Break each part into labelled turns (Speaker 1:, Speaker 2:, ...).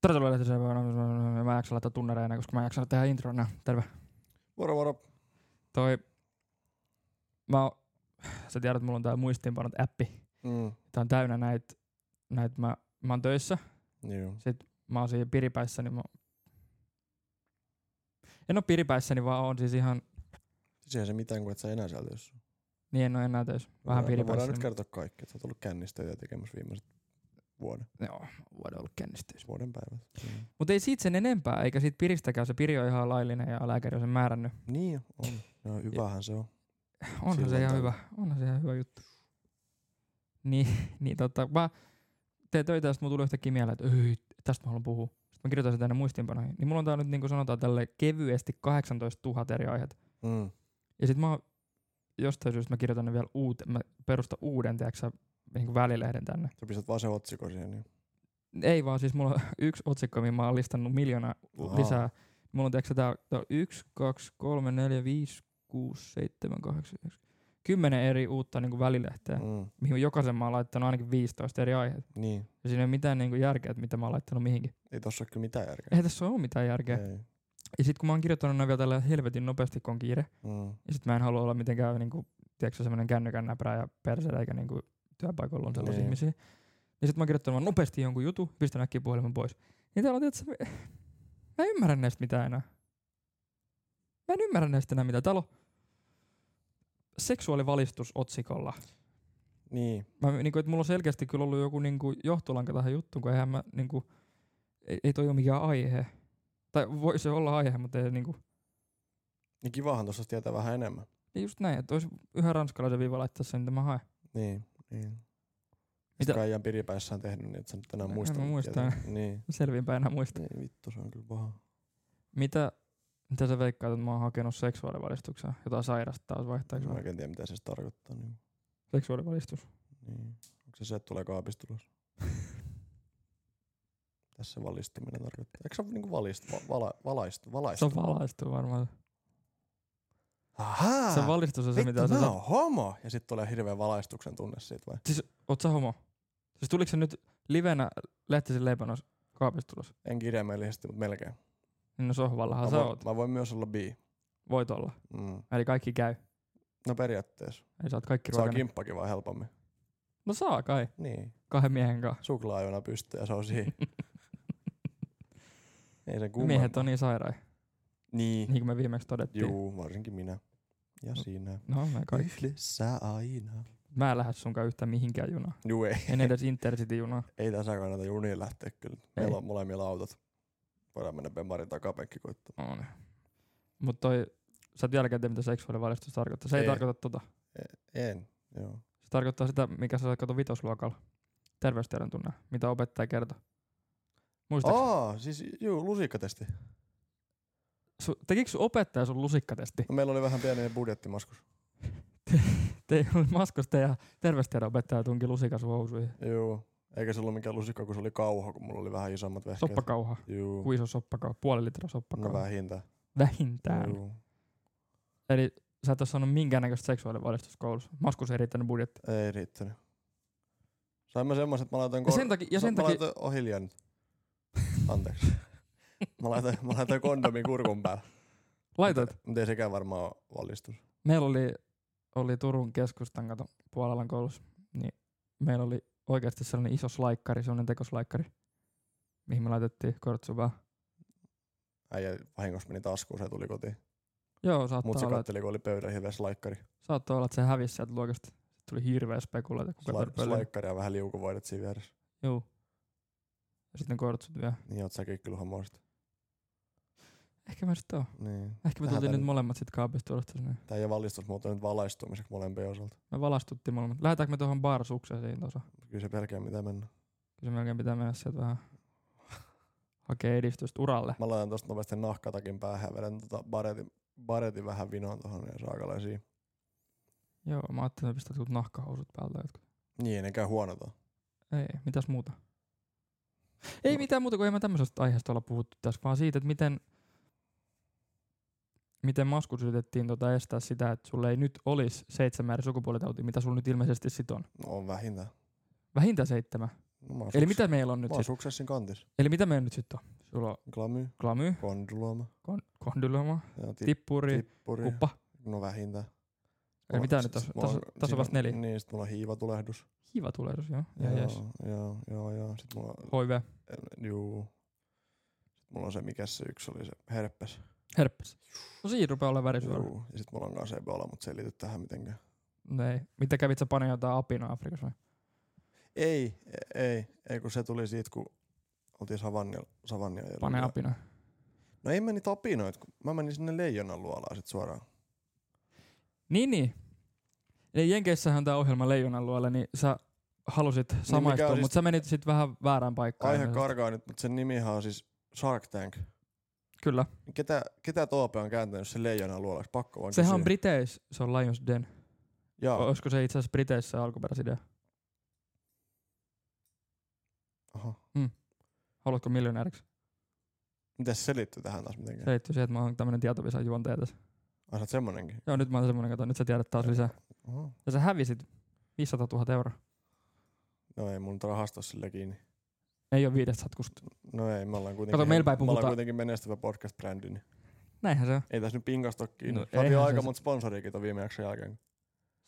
Speaker 1: Tervetuloa lehtiseen päivään. Mä en jaksa laittaa tunnareina, koska mä en jaksa tehdä introa. No, terve.
Speaker 2: Moro moro.
Speaker 1: Toi... Mä oon... Sä tiedät, että mulla on tää muistiinpanot appi.
Speaker 2: Mm.
Speaker 1: Tää on täynnä näitä... Näit mä, mä oon töissä.
Speaker 2: Joo.
Speaker 1: Mä oon siinä piripäissä, niin mä... En oo piripäissäni, vaan oon siis ihan...
Speaker 2: Siis eihän se mitään, kun et sä enää sieltä jos.
Speaker 1: Niin en oo enää töissä. Vähän
Speaker 2: Me voidaan
Speaker 1: piripäissäni.
Speaker 2: nyt kertoa kaikki, että sä oot ollut kännistä ja tekemässä viimeiset vuoden,
Speaker 1: Joo, vuoden ollut kännistyys.
Speaker 2: vuoden päivät. Mm.
Speaker 1: Mutta ei siitä sen enempää, eikä siitä piristäkään. Se piri on ihan laillinen ja lääkäri on sen määrännyt.
Speaker 2: Niin on. No hyvähän se on.
Speaker 1: Onhan se
Speaker 2: Silloin
Speaker 1: ihan
Speaker 2: tällöin.
Speaker 1: hyvä. Onhan se ihan hyvä juttu. Niin, niin totta. Mä teen töitä ja sit mulla tuli yhtäkkiä mieleen, että "Öi, tästä mä haluan puhua. Sitten mä kirjoitan sen tänne muistiinpanoihin. Niin mulla on tää nyt niin kuin sanotaan tälle kevyesti 18 000 eri aihetta.
Speaker 2: Mm.
Speaker 1: Ja sit mä oon- jostain syystä mä kirjoitan ne vielä uut, mä perustan uuden, tiedätkö niin välilehden tänne.
Speaker 2: Sä pistät vaan se otsikko siihen. Niin.
Speaker 1: Ei vaan, siis mulla on yksi otsikko, mihin mä oon listannut miljoona
Speaker 2: Aa.
Speaker 1: lisää. Mulla on tiedätkö tää, tää on 1, 2, 3, 4, 5, 6, 7, 8, 9, 10 eri uutta niin välilehteä, mm.
Speaker 2: Mm.
Speaker 1: mihin jokaisen mä oon laittanut ainakin 15 eri aihetta.
Speaker 2: Niin.
Speaker 1: Ja siinä ei ole mitään niin järkeä, että mitä mä oon laittanut mihinkin.
Speaker 2: Ei tossa ole kyllä mitään järkeä.
Speaker 1: Eihän tässä ole mitään järkeä. Mm.
Speaker 2: Ei.
Speaker 1: Ja sit kun mä oon kirjoittanut nämä vielä tällä helvetin nopeasti, kun on kiire,
Speaker 2: Mm.
Speaker 1: ja sit mä en halua olla mitenkään niin kuin, tiedätkö, semmoinen kännykän näprä ja perseellä, eikä niin kuin, työpaikoilla on sellaisia
Speaker 2: Niin.
Speaker 1: ihmisiä. Niin sit mä oon kirjoittanut vaan nopeasti jonkun jutun, pistän äkkiä puhelimen pois. Niin täällä on, tiedätkö, mä- mä en ymmärrä näistä mitään enää. Mä en ymmärrä näistä enää mitään. Täällä on seksuaalivalistus otsikolla.
Speaker 2: Niin.
Speaker 1: Mä, niin kuin, että mulla on selkeästi kyllä ollut joku niin kuin, johtolanka tähän juttuun, kun eihän mä, niin kuin, ei, ei toi ole mikään aihe. Tai voi se olla aihe, mutta ei niin kuin,
Speaker 2: Niin kivahan tossa tietää vähän enemmän.
Speaker 1: niin just näin, että olisi yhä ranskalaisen viiva laittaa sen, mitä mä haen.
Speaker 2: Niin. niin.
Speaker 1: Mitä-
Speaker 2: Mitä? Kaijan piripäissään tehnyt, niin et sä nyt enää
Speaker 1: En
Speaker 2: muista.
Speaker 1: mä
Speaker 2: mitä
Speaker 1: muista.
Speaker 2: tietää. Niin.
Speaker 1: selvinpäin enää muista.
Speaker 2: Ei vittu, se on kyllä paha.
Speaker 1: Mitä, mitä sä veikkaat, että mä oon hakenut seksuaalivalistukseen? Jotain sairasta taas
Speaker 2: Mä
Speaker 1: vaihtaako mä?
Speaker 2: oikein tiedä, mitä se edes tarkoittaa. Niin.
Speaker 1: Seksuaalivalistus.
Speaker 2: Niin. Onko se se, että tulee kaapista ulos? Tässä se valistuminen tarkoittaa. Eikö se ole niinku valist, va, vala, valaistu,
Speaker 1: Se
Speaker 2: valaistu?
Speaker 1: on valaistu varmaan.
Speaker 2: Ahaa!
Speaker 1: Se valistus on se, mitä
Speaker 2: Vittu,
Speaker 1: sä
Speaker 2: mä
Speaker 1: saat.
Speaker 2: oon homo! Ja sit tulee hirveä valaistuksen tunne siitä vai?
Speaker 1: Siis, oot sä homo? Siis tuliko se nyt livenä lehtisen leipänos kaapista tulos?
Speaker 2: En kirjaimellisesti, mutta melkein.
Speaker 1: Niin no sohvallahan
Speaker 2: Mä,
Speaker 1: sä
Speaker 2: voin-
Speaker 1: oot.
Speaker 2: mä voin myös olla bi.
Speaker 1: Voit olla.
Speaker 2: Mm.
Speaker 1: Eli kaikki käy.
Speaker 2: No periaatteessa.
Speaker 1: Eli sä oot kaikki
Speaker 2: Saa
Speaker 1: ruokana.
Speaker 2: kimppakin vaan helpommin.
Speaker 1: No saa kai.
Speaker 2: Niin.
Speaker 1: Kahden miehen kanssa.
Speaker 2: Suklaajona pystyy ja se on siinä. Ei sen kummempaa.
Speaker 1: Miehet on niin sairaat.
Speaker 2: Niin.
Speaker 1: Niin kuin me viimeksi todettiin.
Speaker 2: Juu, varsinkin minä. Ja sinä.
Speaker 1: No me kaikki.
Speaker 2: Yhdessä aina.
Speaker 1: Mä en lähde sunkaan yhtään mihinkään junaan.
Speaker 2: Juu, ei.
Speaker 1: En edes Intercity-junaan.
Speaker 2: Ei tässä kannata juniin lähteä kyllä. Meillä on molemmilla autot. Voidaan mennä Bemarin takapenkki koittaa.
Speaker 1: On. Mutta No niin. toi, sä et vieläkään tiedä, mitä seksuaalivalistus tarkoittaa. Se ei, ei
Speaker 2: Ei.
Speaker 1: tarkoita tota.
Speaker 2: En. Joo.
Speaker 1: Se tarkoittaa sitä, mikä sä saat kato vitosluokalla. Terveystiedon tunne, mitä opettaja kertoo. Muistatko? Oh.
Speaker 2: Aa, siis juu, lusikkatesti.
Speaker 1: Su, tekikö sun opettaja sun lusikkatesti?
Speaker 2: No, meillä oli vähän pieni budjettimaskus.
Speaker 1: Te, maskosta ja terveystiedon opettaja tunki lusikan sun housuihin.
Speaker 2: Joo. Eikä se ollut mikään lusikka, kun se oli kauha, kun mulla oli vähän isommat vehkeet.
Speaker 1: Soppakauha.
Speaker 2: Juu.
Speaker 1: Kuin iso soppakauha? Puoli litraa
Speaker 2: No
Speaker 1: soppakauha.
Speaker 2: vähintä.
Speaker 1: Vähintään.
Speaker 2: Juu.
Speaker 1: Eli sä et ole saanut minkäännäköistä seksuaalivalistusta koulussa. Maskus ei riittänyt budjetti.
Speaker 2: Ei riittänyt. Sain mä semmoset, että mä laitoin...
Speaker 1: Ja sen takia, ja
Speaker 2: Mä-
Speaker 1: sen
Speaker 2: mä
Speaker 1: takia,
Speaker 2: laitoin... Oh, hiljaa nyt. Anteeksi. mä laitoin, mä laitoin kondomin kurkun päälle.
Speaker 1: laitoit.
Speaker 2: Mutta ei sekään varmaan ole valistus.
Speaker 1: Meillä oli, oli Turun keskustan kato Puolalan koulussa, niin meillä oli oikeasti sellainen iso slaikkari, sellainen tekoslaikkari, mihin me laitettiin kortsuvaa.
Speaker 2: Äijä vahingossa meni taskuun, se tuli kotiin.
Speaker 1: Joo, saattaa,
Speaker 2: Mut se
Speaker 1: olla,
Speaker 2: katteli, kun oli pöydän hirveä slaikkari.
Speaker 1: saattaa olla, että se hävisi sieltä luokasta. Sitten tuli hirveä spekulaatio, kuka
Speaker 2: Sla-
Speaker 1: tarpelee.
Speaker 2: slaikkari ja vähän liukuvoidet siinä vieressä.
Speaker 1: Joo. Ja sitten kortsut vielä.
Speaker 2: Niin oot säkin kyllä homoista.
Speaker 1: Ehkä mä sitten oon.
Speaker 2: Niin.
Speaker 1: Ehkä me
Speaker 2: Tähän
Speaker 1: tultiin nyt
Speaker 2: tänne.
Speaker 1: molemmat sitten kaapista ulos tässä näin.
Speaker 2: Tää ei ole valistus, mutta on nyt valaistumiseksi molempien osalta.
Speaker 1: Me valastuttiin molemmat. Lähetäänkö me tuohon barsukseen siinä tuossa?
Speaker 2: Kyllä se pelkää mitä mennä.
Speaker 1: Kyllä se melkein pitää mennä sieltä vähän hakee edistystä uralle.
Speaker 2: Mä laitan tosta nopeasti nahkatakin päähän ja vedän tota baretin, baretin vähän vinoon tohon niin ja saakalaisiin.
Speaker 1: Joo, mä ajattelin, että pistää jotkut nahkahousut päältä jotkut.
Speaker 2: Niin, ne käy huonota.
Speaker 1: Ei, mitäs muuta? Ei
Speaker 2: No.
Speaker 1: mitään muuta kuin ei mä tämmöisestä aiheesta olla puhuttu tässä, vaan siitä, että miten, miten maskut yritettiin tota estää sitä, että sulle ei nyt olisi seitsemän eri sukupuolitautia, mitä sulla nyt ilmeisesti sit on.
Speaker 2: No on vähintään.
Speaker 1: Vähintään seitsemän.
Speaker 2: No, mä oon
Speaker 1: Eli
Speaker 2: suks-
Speaker 1: mitä meillä on nyt
Speaker 2: Mä oon
Speaker 1: siis?
Speaker 2: suksessin kantis.
Speaker 1: Eli mitä meillä nyt sitten on? Sulla on
Speaker 2: Glamy,
Speaker 1: klamy,
Speaker 2: kondylooma,
Speaker 1: kon, kondyloma,
Speaker 2: ja tip,
Speaker 1: tippuri,
Speaker 2: tippuri.
Speaker 1: kuppa.
Speaker 2: No vähintään.
Speaker 1: Eli
Speaker 2: Mulla-
Speaker 1: mitä nyt
Speaker 2: sit-
Speaker 1: on?
Speaker 2: sit
Speaker 1: Tässä
Speaker 2: mulla
Speaker 1: on- tässä
Speaker 2: sit
Speaker 1: on vasta neljä.
Speaker 2: Niin, sit mulla on hiivatulehdus.
Speaker 1: Hiva tulehdus, joo. Ja jees.
Speaker 2: joo, joo, joo. Sit mulla,
Speaker 1: HIV,
Speaker 2: en- juu. Sit mulla on se, mikä se yksi oli, se herpes.
Speaker 1: herpes. No siinä rupeaa olla värisyöllä.
Speaker 2: Juu. Ja sit mulla on kans Ebola, mut se ei liity tähän mitenkään.
Speaker 1: No ei. Mitä kävit sä paneen jotain apinaa Afrikassa vai?
Speaker 2: Ei, e- ei, ei kun se tuli siitä, kun oltiin savannilla. savannia ja-
Speaker 1: Pane apinaa.
Speaker 2: No ei mä niitä apinoit, kun mä menin sinne leijonan luolaan sit suoraan.
Speaker 1: Niin, niin. Eli Jenkeissähän on tää ohjelma Leijonan luola, niin sä halusit samaistua,
Speaker 2: mikä on
Speaker 1: mutta
Speaker 2: siis-
Speaker 1: sä menit sit vähän väärään paikkaan.
Speaker 2: Aihe
Speaker 1: ilmeisesti.
Speaker 2: karkaa nyt, mutta sen nimihan on siis Shark Tank.
Speaker 1: Kyllä.
Speaker 2: Ketä, ketä Toope on kääntänyt sen leijonan luolaksi? Pakko vaan
Speaker 1: Sehän
Speaker 2: kysyä.
Speaker 1: on Briteis, se on Lions Den.
Speaker 2: Jaa.
Speaker 1: Olisiko se itse asiassa Briteissä alkuperäisidea?
Speaker 2: Aha.
Speaker 1: Hmm. Haluatko miljonääriksi?
Speaker 2: Mitäs se liittyy tähän taas mitenkään?
Speaker 1: Se liittyy siihen, että mä oon tämmönen tietovisa juontaja tässä.
Speaker 2: Ai sä oot semmonenkin.
Speaker 1: Joo, nyt mä oon semmonen, kato, nyt sä tiedät taas lisää.
Speaker 2: Oho.
Speaker 1: Ja sä hävisit 500 000 euroa.
Speaker 2: No ei mun nyt rahastaa sille kiinni.
Speaker 1: Ei ole viidestä satkusta.
Speaker 2: No ei, me ollaan kuitenkin,
Speaker 1: Kato, meillä ei
Speaker 2: me ollaan
Speaker 1: puhuta-
Speaker 2: kuitenkin menestyvä podcast-brändi, niin
Speaker 1: Näinhän se on.
Speaker 2: ei tässä nyt pinkasta ole kiinni.
Speaker 1: No
Speaker 2: No, Saatiin
Speaker 1: eihän
Speaker 2: aika
Speaker 1: se-
Speaker 2: monta sponsoriakin ton viime jakson jälkeen.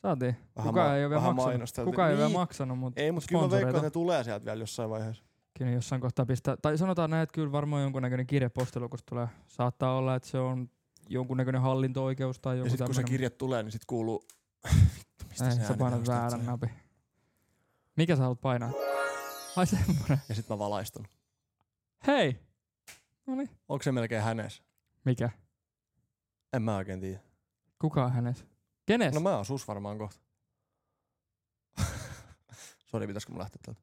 Speaker 1: Saatiin.
Speaker 2: Vähän
Speaker 1: Kukaan
Speaker 2: ma-
Speaker 1: ei ole vielä
Speaker 2: vähän
Speaker 1: maksanut.
Speaker 2: mainosteltiin.
Speaker 1: Kukaan ei ole vielä
Speaker 2: Niin.
Speaker 1: maksanut, mutta
Speaker 2: Ei, mutta kyllä mä veikkaan,
Speaker 1: Sponsoreita.
Speaker 2: että ne tulee sieltä vielä jossain vaiheessa.
Speaker 1: kyllä jossain kohtaa pistää. Tai sanotaan näin, että kyllä varmaan jonkunnäköinen kirjepostilukus tulee. Saattaa olla, että se on jonkunnäköinen hallinto-oikeus tai
Speaker 2: Ja
Speaker 1: joku
Speaker 2: sitten kun se
Speaker 1: tämmöinen.
Speaker 2: kirje tulee, niin sit kuuluu... Vittu, mistä
Speaker 1: Ei,
Speaker 2: se
Speaker 1: sä
Speaker 2: ääni
Speaker 1: painat
Speaker 2: taustasta
Speaker 1: väärän
Speaker 2: tulee?
Speaker 1: napin. Mikä sä haluat painaa? Ai semmonen.
Speaker 2: Ja sit mä valaistun.
Speaker 1: Hei! Noniin.
Speaker 2: Onko se melkein hänes?
Speaker 1: Mikä?
Speaker 2: En mä oikein tiedä.
Speaker 1: Kuka on hänes? Kenes?
Speaker 2: No mä oon sus varmaan kohta. Sori, pitäisikö mun lähteä täältä?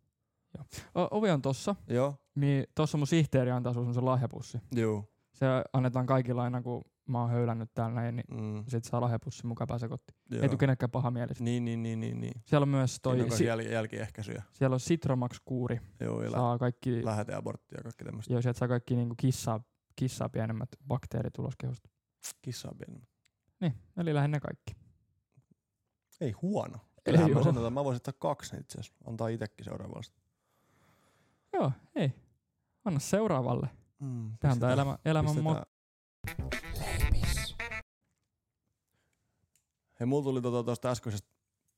Speaker 1: O- ovi on tossa.
Speaker 2: Joo.
Speaker 1: Niin tossa mun sihteeri antaa sun se lahjapussi.
Speaker 2: Joo.
Speaker 1: Se annetaan kaikilla aina, kun mä oon höylännyt täällä näin, niin
Speaker 2: Mm,
Speaker 1: sit saa lahjapussin mukaan pääsee kotiin.
Speaker 2: joo.
Speaker 1: Ei tuu kenellekään paha mielistä.
Speaker 2: Niin, niin, niin, niin, niin.
Speaker 1: Siellä on myös
Speaker 2: Toi
Speaker 1: toi,
Speaker 2: on
Speaker 1: si-
Speaker 2: si- jäl- jälkiehkäisyjä.
Speaker 1: siellä on Citromax kuuri.
Speaker 2: Joo, ja lä-
Speaker 1: Saa kaikki,
Speaker 2: läheteaborttia ja kaikki tämmöistä.
Speaker 1: joo, sieltä saa kaikki niinku kissaa, kissaa pienemmät bakteerit ulos kehosta.
Speaker 2: Kissaa pieni.
Speaker 1: Niin, eli lähinnä kaikki.
Speaker 2: Ei huono.
Speaker 1: Ei
Speaker 2: Ei mä,
Speaker 1: oo.
Speaker 2: sanotaan, mä voisin ottaa kaksi itse asiassa. Antaa itekin seuraavalle. sitten.
Speaker 1: Joo, ei. Anna seuraavalle.
Speaker 2: Mm,
Speaker 1: Tämä on
Speaker 2: pistetään-
Speaker 1: tämä elämä, elämän
Speaker 2: pistetään.
Speaker 1: mot.
Speaker 2: Hei, mulla tuli tuota tuosta äskeisestä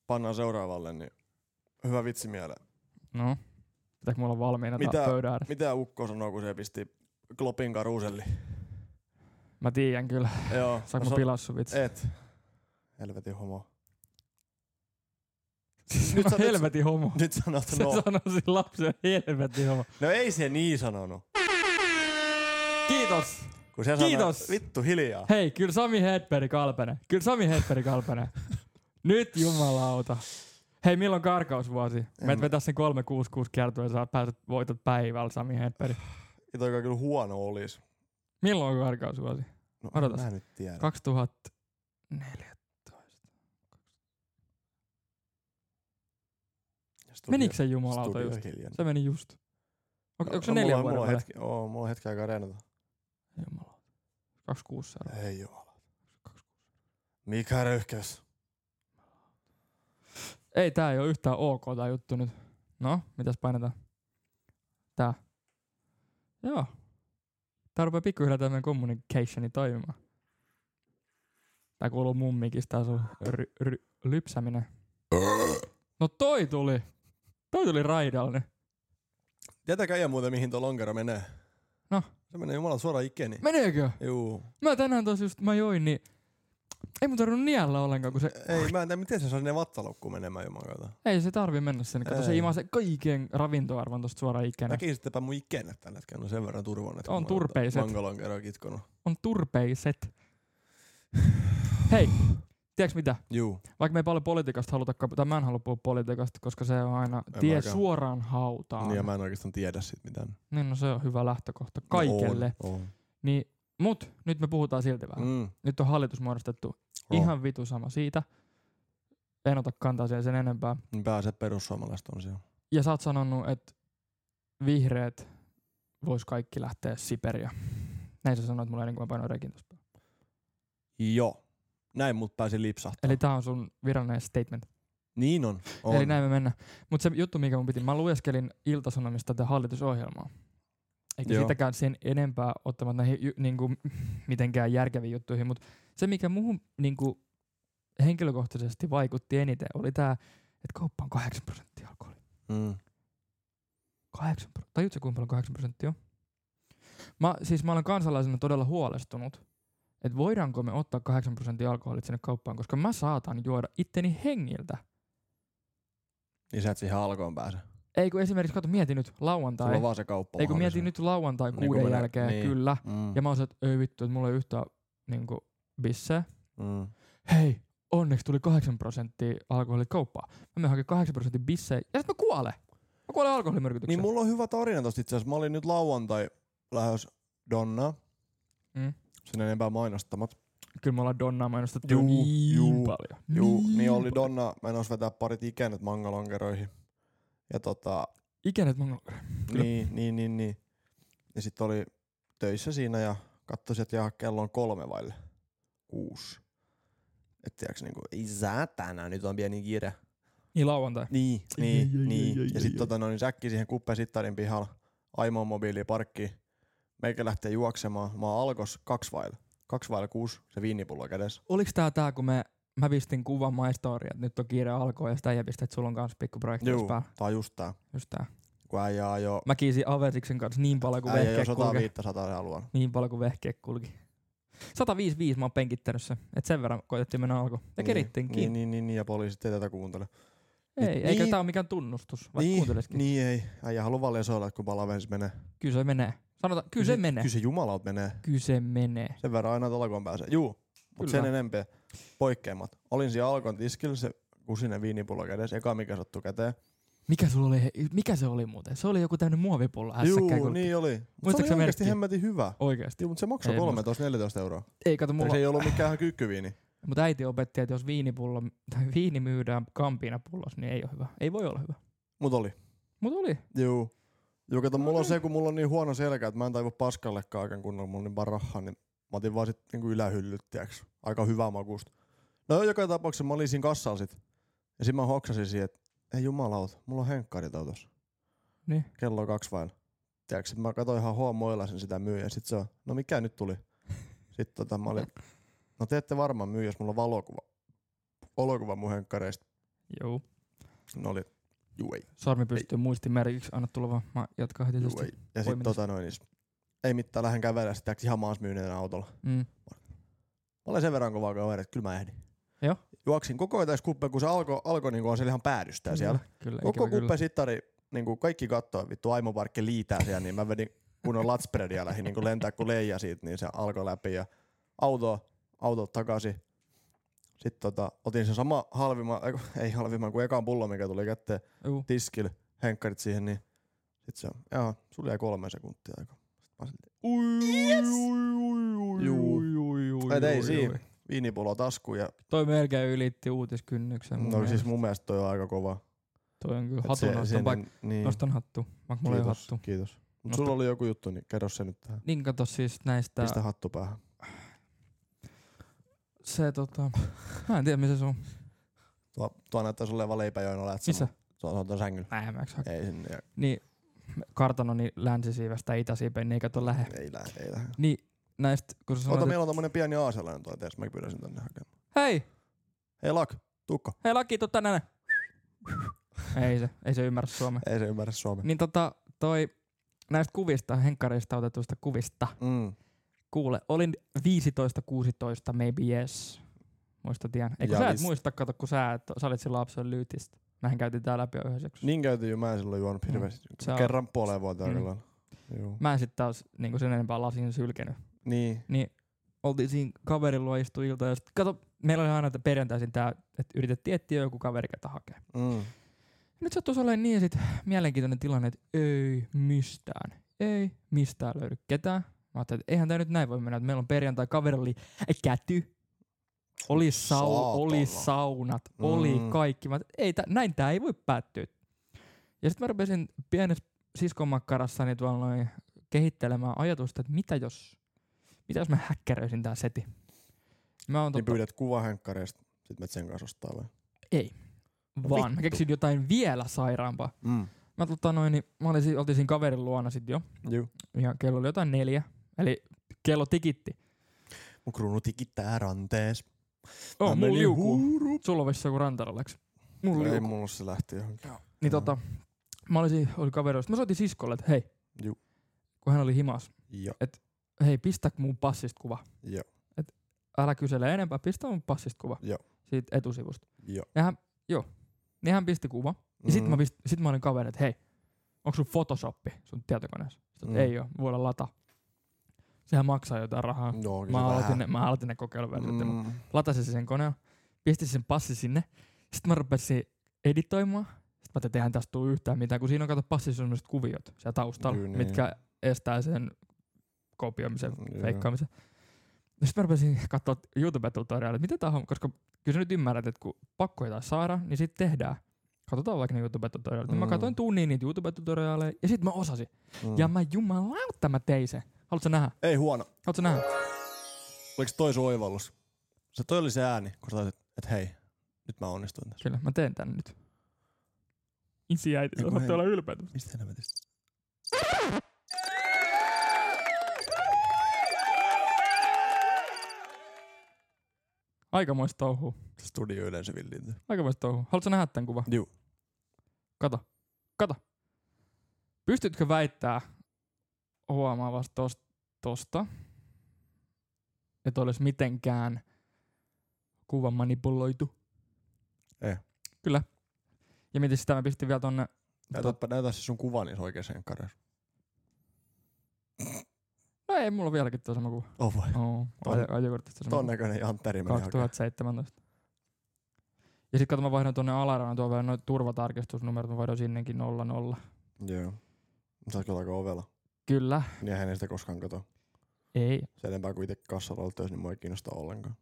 Speaker 2: pannaan seuraavalle, niin hyvä vitsi mieleen.
Speaker 1: No. Pitääkö mulla olla valmiina
Speaker 2: Mitä-
Speaker 1: tää pöydän ääressä?
Speaker 2: Mitä ukko sanoo, kun se pisti klopin karuselli?
Speaker 1: Mä tiedän kyllä.
Speaker 2: Joo.
Speaker 1: Saanko
Speaker 2: mä Eh,
Speaker 1: mä
Speaker 2: san-
Speaker 1: pilaa sun vitsi?
Speaker 2: Et. Helvetin homo.
Speaker 1: Nyt
Speaker 2: Nyt
Speaker 1: sä
Speaker 2: sä-
Speaker 1: helvetin homo.
Speaker 2: Nyt sanot
Speaker 1: Se
Speaker 2: no.
Speaker 1: sanoi sille lapselle helvetin homo.
Speaker 2: No ei se niin sanonut.
Speaker 1: Kiitos.
Speaker 2: Kun se
Speaker 1: Kiitos.
Speaker 2: Sanoo, vittu hiljaa.
Speaker 1: Hei, kyllä Sami Hedberg Kalpene. Kyllä Sami Hedberg Kalpene. Nyt jumalauta. Hei, milloin karkausvuosi? Meet
Speaker 2: mä-
Speaker 1: vetää sen 366 kertoa ja sä pääset, voitat päivällä Sami Hedberg.
Speaker 2: Ei toikaan kyllä huono olis.
Speaker 1: Milloin on karkausvuosi?
Speaker 2: No,
Speaker 1: Odotas.
Speaker 2: Mä nyt tiedän.
Speaker 1: 2014.
Speaker 2: Studio-
Speaker 1: Menikö se jumalauta
Speaker 2: studio
Speaker 1: just?
Speaker 2: hiljainen.
Speaker 1: Se meni just. On, onko se
Speaker 2: No,
Speaker 1: neljä
Speaker 2: mulla-
Speaker 1: vuoden
Speaker 2: Mulla on
Speaker 1: välein?
Speaker 2: hetki, oo, mulla on hetki aikaa reenata.
Speaker 1: Jumalauta. 26 seuraava.
Speaker 2: Ei oo. Mikä röyhkeys?
Speaker 1: Ei, tää ei oo yhtään ok tää juttu nyt. No, mitäs painetaan? Tää. Joo. Tää rupee pikkuhiljaa tää meidän communicationi toimimaan. Tää kuuluu mummikis tää sun ry- ry- lypsäminen. No toi tuli. Toi tuli raidalle.
Speaker 2: Tietääkö äijä muuten, mihin tuo lonkero menee?
Speaker 1: No.
Speaker 2: Se menee jumala suoraan ikeni.
Speaker 1: Meneekö?
Speaker 2: Juu.
Speaker 1: Mä tänään tos just, mä join, niin ei mun tarvinnut niellä ollenkaan, kun se,
Speaker 2: Ei, mä en tiedä, miten se saa ne vattaloukkuun menemään juman kautta.
Speaker 1: ei se tarvi mennä sinne, kato se
Speaker 2: Ei.
Speaker 1: imasee kaiken ravintoarvon tosta suoraan ikänä.
Speaker 2: Näkisittepä mun ikenne tällä hetkellä, on sen verran turvon, että
Speaker 1: On
Speaker 2: mä oon
Speaker 1: turpeiset.
Speaker 2: Mangalonkeroa kitkonut.
Speaker 1: On turpeiset. Hei, tiedätkö mitä?
Speaker 2: Juu.
Speaker 1: Vaikka me ei paljon politiikasta haluta, tai mä en halua puhua politiikasta, koska se on aina
Speaker 2: En
Speaker 1: tie
Speaker 2: mäkään.
Speaker 1: suoraan hautaan.
Speaker 2: Niin, ja mä en oikeastaan tiedä sit mitään.
Speaker 1: Niin no se on hyvä lähtökohta kaikelle. No,
Speaker 2: On, on.
Speaker 1: niin, mut nyt me puhutaan silti vähän. Mm.
Speaker 2: Mm. Oh.
Speaker 1: Nyt on hallitus muodostettu
Speaker 2: on.
Speaker 1: ihan vitu sama siitä. En ota kantaa siihen sen enempää.
Speaker 2: Niin Pääset perussuomalaiset on siellä.
Speaker 1: Ja sä oot sanonut, että vihreät vois kaikki lähteä Siberia. Näin sä sanoit mulle ennen kuin mä painoin rekin tuossa.
Speaker 2: Joo. Näin mut pääsi lipsahtaa.
Speaker 1: Eli tää on sun virallinen statement.
Speaker 2: Niin on. on.
Speaker 1: On. Eli näin me mennään. Mutta se juttu, mikä mun piti, mä lueskelin iltasanomista tätä hallitusohjelmaa. Eikä
Speaker 2: Joo.
Speaker 1: Joo. sitäkään sen enempää ottamat näihin y- niinku, mitenkään järkeviin juttuihin, mutta se, mikä muuhun niinku, henkilökohtaisesti vaikutti eniten, oli tämä, että kauppa on 8 prosenttia alkoholia.
Speaker 2: Mm.
Speaker 1: 8 prosenttia. Tajutko kuinka paljon 8 prosenttia on? Mä, siis mä olen kansalaisena todella huolestunut, että voidaanko me ottaa 8 prosenttia alkoholit sinne kauppaan, koska mä saatan juoda itteni hengiltä.
Speaker 2: Niin sä et siihen alkoon pääse.
Speaker 1: Ei kun esimerkiksi, kato, mieti nyt
Speaker 2: Sulla on
Speaker 1: lauantai.
Speaker 2: vaan se kauppa.
Speaker 1: Ei kun mieti
Speaker 2: mahdollisuus.
Speaker 1: nyt lauantai
Speaker 2: Niin kun
Speaker 1: kuuden niin
Speaker 2: menee-
Speaker 1: jälkeen,
Speaker 2: niin.
Speaker 1: niin. kyllä.
Speaker 2: Mm.
Speaker 1: Ja mä oon se, että ei vittu, että mulla ei yhtään niinku, bisseä.
Speaker 2: Mm.
Speaker 1: Hei, onneksi tuli 8 prosenttia alkoholit kauppaan. Mä menen hakemaan 8 prosenttia bissejä ja sit mä kuolen. Mä kuolen alkoholimyrkytykseen.
Speaker 2: Niin mulla on hyvä tarina tosta itse asiassa. Mä olin nyt lauantai lähes Donna.
Speaker 1: Mm.
Speaker 2: Sen enempää mainostamat.
Speaker 1: Kyllä me ollaan Donnaa mainostettu
Speaker 2: Juu,
Speaker 1: niin
Speaker 2: juu,
Speaker 1: paljon.
Speaker 2: Juu, niin, niin oli
Speaker 1: paljon.
Speaker 2: Donna menossa vetää parit ikänet mangalonkeroihin. Ja tota,
Speaker 1: Ikänet mä Kyllä.
Speaker 2: niin, niin, niin, niin. Ja sit oli töissä siinä ja katsoin, että jaha, kello on kolme vaille kuusi. Et tiiäks niinku, ei säätänä, nyt on pieni kiire.
Speaker 1: Niin lauantai.
Speaker 2: Niin,
Speaker 1: Ei,
Speaker 2: niin,
Speaker 1: ei, ei,
Speaker 2: niin.
Speaker 1: ei, ei,
Speaker 2: ja
Speaker 1: ei,
Speaker 2: sitten
Speaker 1: ei.
Speaker 2: tota, no, niin säkki siihen kuppesittarin pihalla, Aimon mobiili parkkiin. Meikä lähtee juoksemaan. Mä oon alkos kaksi vailla. Kaksi vailla kuusi, se viinipullo kädessä.
Speaker 1: Oliks tää tää, kun me, mä pistin kuvan My Story, että nyt on kiire alkoa ja sitä ei pistä, että sulla on kans pikku projekti
Speaker 2: Juu.
Speaker 1: päällä.
Speaker 2: Tää on just tää.
Speaker 1: Just tää.
Speaker 2: Kun äijä ajoo,
Speaker 1: Mä kiisin Avesiksen kanssa niin paljon kuin
Speaker 2: äijä
Speaker 1: vehkeä
Speaker 2: ajoo 100
Speaker 1: kulkee.
Speaker 2: 500 alueella.
Speaker 1: Niin paljon kuin vehkeä kulki. 155 mä oon penkittänyt se. Et sen verran koitettiin mennä alko. Ja kerittiinkin.
Speaker 2: Niin, niin, niin, niin, ja poliisit ei tätä kuuntele.
Speaker 1: ei,
Speaker 2: niin-
Speaker 1: eikä
Speaker 2: niin.
Speaker 1: tää oo mikään tunnustus, vaikka
Speaker 2: niin,
Speaker 1: kuuntelisikin.
Speaker 2: niin ei. Äijä haluu vaan lesoilla, että kun palavensi menee.
Speaker 1: Kyllä se menee. Sanotaan, kyllä se menee.
Speaker 2: Niin, Kyllä se jumalaut menee.
Speaker 1: Kyllä se menee.
Speaker 2: Sen verran aina talkoon pääsee. Juu, mutta sen
Speaker 1: Kyllä.
Speaker 2: enempää poikkeamat. Olin siellä alkon tiskillä, se kusinen viinipullo kädessä, eka mikä sattui käteen.
Speaker 1: Mikä, sulla oli, mikä se oli muuten? Se oli joku tämmönen muovipullo hässäkkä.
Speaker 2: Juu, niin oli. Mutta se
Speaker 1: Muistatko
Speaker 2: oli
Speaker 1: sä
Speaker 2: oikeasti
Speaker 1: merkkiä?
Speaker 2: hemmetin hyvä.
Speaker 1: Oikeesti.
Speaker 2: Joo, mutta se maksoi
Speaker 1: Ei
Speaker 2: 13-14 euroa.
Speaker 1: Ei, kato, mulla,
Speaker 2: Mulla... Se ei ollut mikään ihan kyykkyviini.
Speaker 1: Mutta äiti opetti, että jos viinipullo, tai viini myydään kampiina pullossa, niin ei ole hyvä. Ei voi olla hyvä.
Speaker 2: Mut oli.
Speaker 1: Mutta oli.
Speaker 2: Juu. Juu, kato, mulla on
Speaker 1: Okei.
Speaker 2: se, kun mulla on niin huono selkä, että mä en taivu paskallekaan aikaan kunnolla, mulla on niin vaan rahaa, niin mä otin vaan sit niinku ylähyllyt, tiiäks. Aika hyvää makusta. No joo, joka tapauksessa mä olin siinä kassalla sit. Ja sit mä hoksasin siihen, että ei jumalaut, mulla on henkkarit autossa.
Speaker 1: Niin.
Speaker 2: Kello on kaksi vailla. Tiiäks, sit mä katsoin ihan huomoilasen sitä myyjä, ja sit se on, no mikä nyt tuli? Sitten tota, mä olin, no te ette varmaan myy, jos mulla on valokuva. Valokuva mun henkkareista.
Speaker 1: Joo.
Speaker 2: No oli, juu ei.
Speaker 1: Sormi pystyy muistimerkiksi. Anna tulla vaan. Mä jatkan heti
Speaker 2: Juu,
Speaker 1: tästä.
Speaker 2: ei. Ja sit
Speaker 1: poiminnassa.
Speaker 2: tota noin, niin s- ei mitään, lähden kävelemään sitä ihan maasmyyneenä autolla.
Speaker 1: Mm.
Speaker 2: Mä olen sen verran kovaa kaveri, että kyllä mä ehdin.
Speaker 1: Joo.
Speaker 2: Juoksin koko ajan tässä kuppeen, kun se alkoi, alko, niin on siellä ihan päädystä siellä.
Speaker 1: Kyllä,
Speaker 2: Koko
Speaker 1: ikävä
Speaker 2: kuppe
Speaker 1: kyllä.
Speaker 2: sittari, niin kuin kaikki kattoo, vittu Aimo Parkki liitää siellä, niin mä vedin kunnon latspredia lähin niin kuin lentää kuin leija siitä, niin se alkoi läpi ja auto, auto takaisin. Sitten tota, otin sen sama halvimman, ei, kun- ei halvimman kuin ekan pullo, mikä tuli kätteen,
Speaker 1: Juu.
Speaker 2: tiskille, henkkarit siihen, niin sit se, joo, sulla jäi kolme sekuntia aikaa. Sitten mä sanoin,
Speaker 1: Yes!
Speaker 2: Juu. Et ei siinä.
Speaker 1: ui.
Speaker 2: viinipullo taskuun ja
Speaker 1: Toi melkein ylitti uutiskynnyksen. mun
Speaker 2: no siis
Speaker 1: mielestä.
Speaker 2: mun mielestä toi on aika kova.
Speaker 1: Toi on kyllä
Speaker 2: Et
Speaker 1: hatun nostan, vaikka
Speaker 2: niin,
Speaker 1: nostan hattu. Vaikka mulla ei ole
Speaker 2: kiitos,
Speaker 1: hattu.
Speaker 2: kiitos. Mut
Speaker 1: Nosta-
Speaker 2: sulla oli joku juttu, niin kerro se nyt tähän.
Speaker 1: Niin kato siis näistä.
Speaker 2: Pistä hattu päähän.
Speaker 1: Se tota... Mä en tiedä missä se on.
Speaker 2: Tuo, tuo näyttää sulle vaan leipäjoen olet.
Speaker 1: Missä?
Speaker 2: Tuo on tuon sängyllä.
Speaker 1: Mä en mä jaksa.
Speaker 2: Ei sinne, ja-
Speaker 1: Niin kartanoni länsisiivestä itäsiipeen, niin ei kato lähe.
Speaker 2: ei lähde, ei lähde.
Speaker 1: Niin näistä, kun sä sanoit,
Speaker 2: Ota,
Speaker 1: että
Speaker 2: meillä on tommonen pieni aasialainen tuo eteessä, mä pyydän sen tänne hakemaan.
Speaker 1: hei,
Speaker 2: Hei Lak, tukka.
Speaker 1: hei laki, tuu tänne. näin. ei se, ei se ymmärrä suomea.
Speaker 2: Ei se ymmärrä suomea.
Speaker 1: Niin tota, toi näistä kuvista, henkkareista otetuista kuvista,
Speaker 2: Mm.
Speaker 1: kuule, olin 15-16, maybe yes. Muista tien. Eikö
Speaker 2: Ja
Speaker 1: sä et
Speaker 2: vis-
Speaker 1: muista, kato, kun sä, et, sä olit silloin lapsen lyytistä. Mehän käytiin tää läpi jo yhdessä jaksossa.
Speaker 2: Niin käytiin jo, mä en silloin juonut
Speaker 1: Mm.
Speaker 2: hirveästi.
Speaker 1: Sä oot-
Speaker 2: Kerran puoleen vuotta
Speaker 1: Mm.
Speaker 2: aika lailla. Joo.
Speaker 1: Mä en sit taas niinku sen enempää lasin sylkenyt.
Speaker 2: Niin.
Speaker 1: Niin oltiin siinä kaverin luo istu ilta ja sit, kato, meillä oli aina että perjantaisin tää, että yritettiin etsiä joku kaveri, ketä hakee.
Speaker 2: Mm.
Speaker 1: Nyt sattuisi olemaan niin sit mielenkiintoinen tilanne, että ei mistään, ei mistään löydy ketään. Mä ajattelin, että eihän tää nyt näin voi mennä, että meillä on perjantai, kaveri oli käty, oli, sau,
Speaker 2: Saatana.
Speaker 1: oli saunat, oli
Speaker 2: Mm.
Speaker 1: kaikki. Mä ajattelin, että ei, tää, näin tää ei voi päättyä. Ja sitten mä rupesin pienessä siskomakkarassani tuolla noin kehittelemään ajatusta, että mitä jos, mitä jos mä häkkäröisin tää seti. Mä oon
Speaker 2: Niin
Speaker 1: totta,
Speaker 2: pyydät kuvahenkkareista, sit menet sen kanssa ostaa vai?
Speaker 1: vaan. Mä
Speaker 2: Vittu.
Speaker 1: keksin jotain vielä sairaampaa.
Speaker 2: Mm.
Speaker 1: Mä, tota noin, niin, mä olin, si- oltiin siinä kaverin luona sit jo.
Speaker 2: Juu.
Speaker 1: Ja kello oli jotain neljä. Eli kello tikitti.
Speaker 2: Mun kruunu tikittää rantees.
Speaker 1: Oh, mulla
Speaker 2: Mä menin
Speaker 1: liukuu.
Speaker 2: huuru.
Speaker 1: Sulla on vissi joku rantaralleks. Mulla
Speaker 2: Ei
Speaker 1: liukuu.
Speaker 2: mulla se lähti johonkin.
Speaker 1: Niin
Speaker 2: Joo.
Speaker 1: tota, mä olin, siinä- oli kaveroista. Mä soitin siskolle, että hei.
Speaker 2: Juu.
Speaker 1: Kun hän oli himas.
Speaker 2: Joo.
Speaker 1: Hei, pistä mun passista kuva.
Speaker 2: Joo.
Speaker 1: Älä kysele enempää, pistä mun passista kuva.
Speaker 2: Joo.
Speaker 1: Siitä etusivusta.
Speaker 2: Joo.
Speaker 1: Ja hän, joo. Niin hän pisti kuva. Ja
Speaker 2: Mm.
Speaker 1: sit, mä pist, sit mä olin kaverin, että hei, onko sun Photoshopi sun tietokoneessa? Sitten,
Speaker 2: Mm.
Speaker 1: mm. ei oo, voi olla lata. Sehän maksaa jotain rahaa.
Speaker 2: No, onko
Speaker 1: Mä
Speaker 2: se
Speaker 1: aloitin,
Speaker 2: vähän?
Speaker 1: ne, mä aloitin ne kokeiluversiot. Mm.
Speaker 2: Mm.
Speaker 1: Latasin sen koneen, pistin sen passi sinne. Sitten mä rupesin editoimaan. Sitten mä ajattelin, että eihän tästä tuu yhtään mitään, kun siinä on kato passissa sellaiset kuviot siellä taustalla,
Speaker 2: Kyllä,
Speaker 1: niin.
Speaker 2: niin.
Speaker 1: mitkä estää sen kopioimisen,
Speaker 2: Joo.
Speaker 1: feikkaamisen. Ja sitten No mä rupesin katsoa YouTube-tutoriaalit, että miten tämä on, koska kyllä sä nyt ymmärrät, että kun pakko jotain saada, niin sitten tehdään. Katsotaan vaikka ne YouTube-tutoriaalit. Mm. Mä
Speaker 2: Mm.
Speaker 1: katsoin tunnin niitä YouTube-tutoriaaleja, ja sitten mä osasin.
Speaker 2: Mm.
Speaker 1: Mm. Ja mä jumalauta mä tein sen. Haluatko nähdä?
Speaker 2: Ei huono.
Speaker 1: Haluatko nähdä?
Speaker 2: Oliko toi sun oivallus? Se toi oli se ääni, kun sä taisit, että hei, nyt mä onnistuin tässä.
Speaker 1: Kyllä, mä teen tän nyt. Isi ja äiti,
Speaker 2: Ei kun
Speaker 1: saatte
Speaker 2: hei.
Speaker 1: olla ylpeitä.
Speaker 2: Mistä helvetistä?
Speaker 1: Aikamoista touhuu.
Speaker 2: Studio yleensä villiintyy.
Speaker 1: Aikamoista touhuu. Haluatko nähdä tän kuvan?
Speaker 2: Juu.
Speaker 1: Kato. Kato. Pystytkö väittää huomaa vasta tosta, tosta että olisi mitenkään kuva manipuloitu?
Speaker 2: Ei.
Speaker 1: Kyllä. Ja mietin sitä, mä pistin vielä tonne
Speaker 2: Näytä, näytä se sun kuva niissä oikeassa enkareissa.
Speaker 1: No ei, mulla on vieläkin tuo sama kuva.
Speaker 2: Oh voi.
Speaker 1: Oo,
Speaker 2: Ton-
Speaker 1: ajo- ajokortista sama
Speaker 2: Ton
Speaker 1: kuva.
Speaker 2: näköinen jantteri meni hakemaan.
Speaker 1: 2017. Ja sitten kato, mä vaihdan tuonne alaraan tuon vielä noin turvatarkistusnumerot, mä vaihdan sinnekin 00.
Speaker 2: Joo. Sä oot kyllä aika ovella.
Speaker 1: Kyllä.
Speaker 2: Niin eihän ne sitä koskaan kato.
Speaker 1: Ei.
Speaker 2: Se enempää kuin itse kassalla ollut töissä, niin mua ei kiinnosta ollenkaan.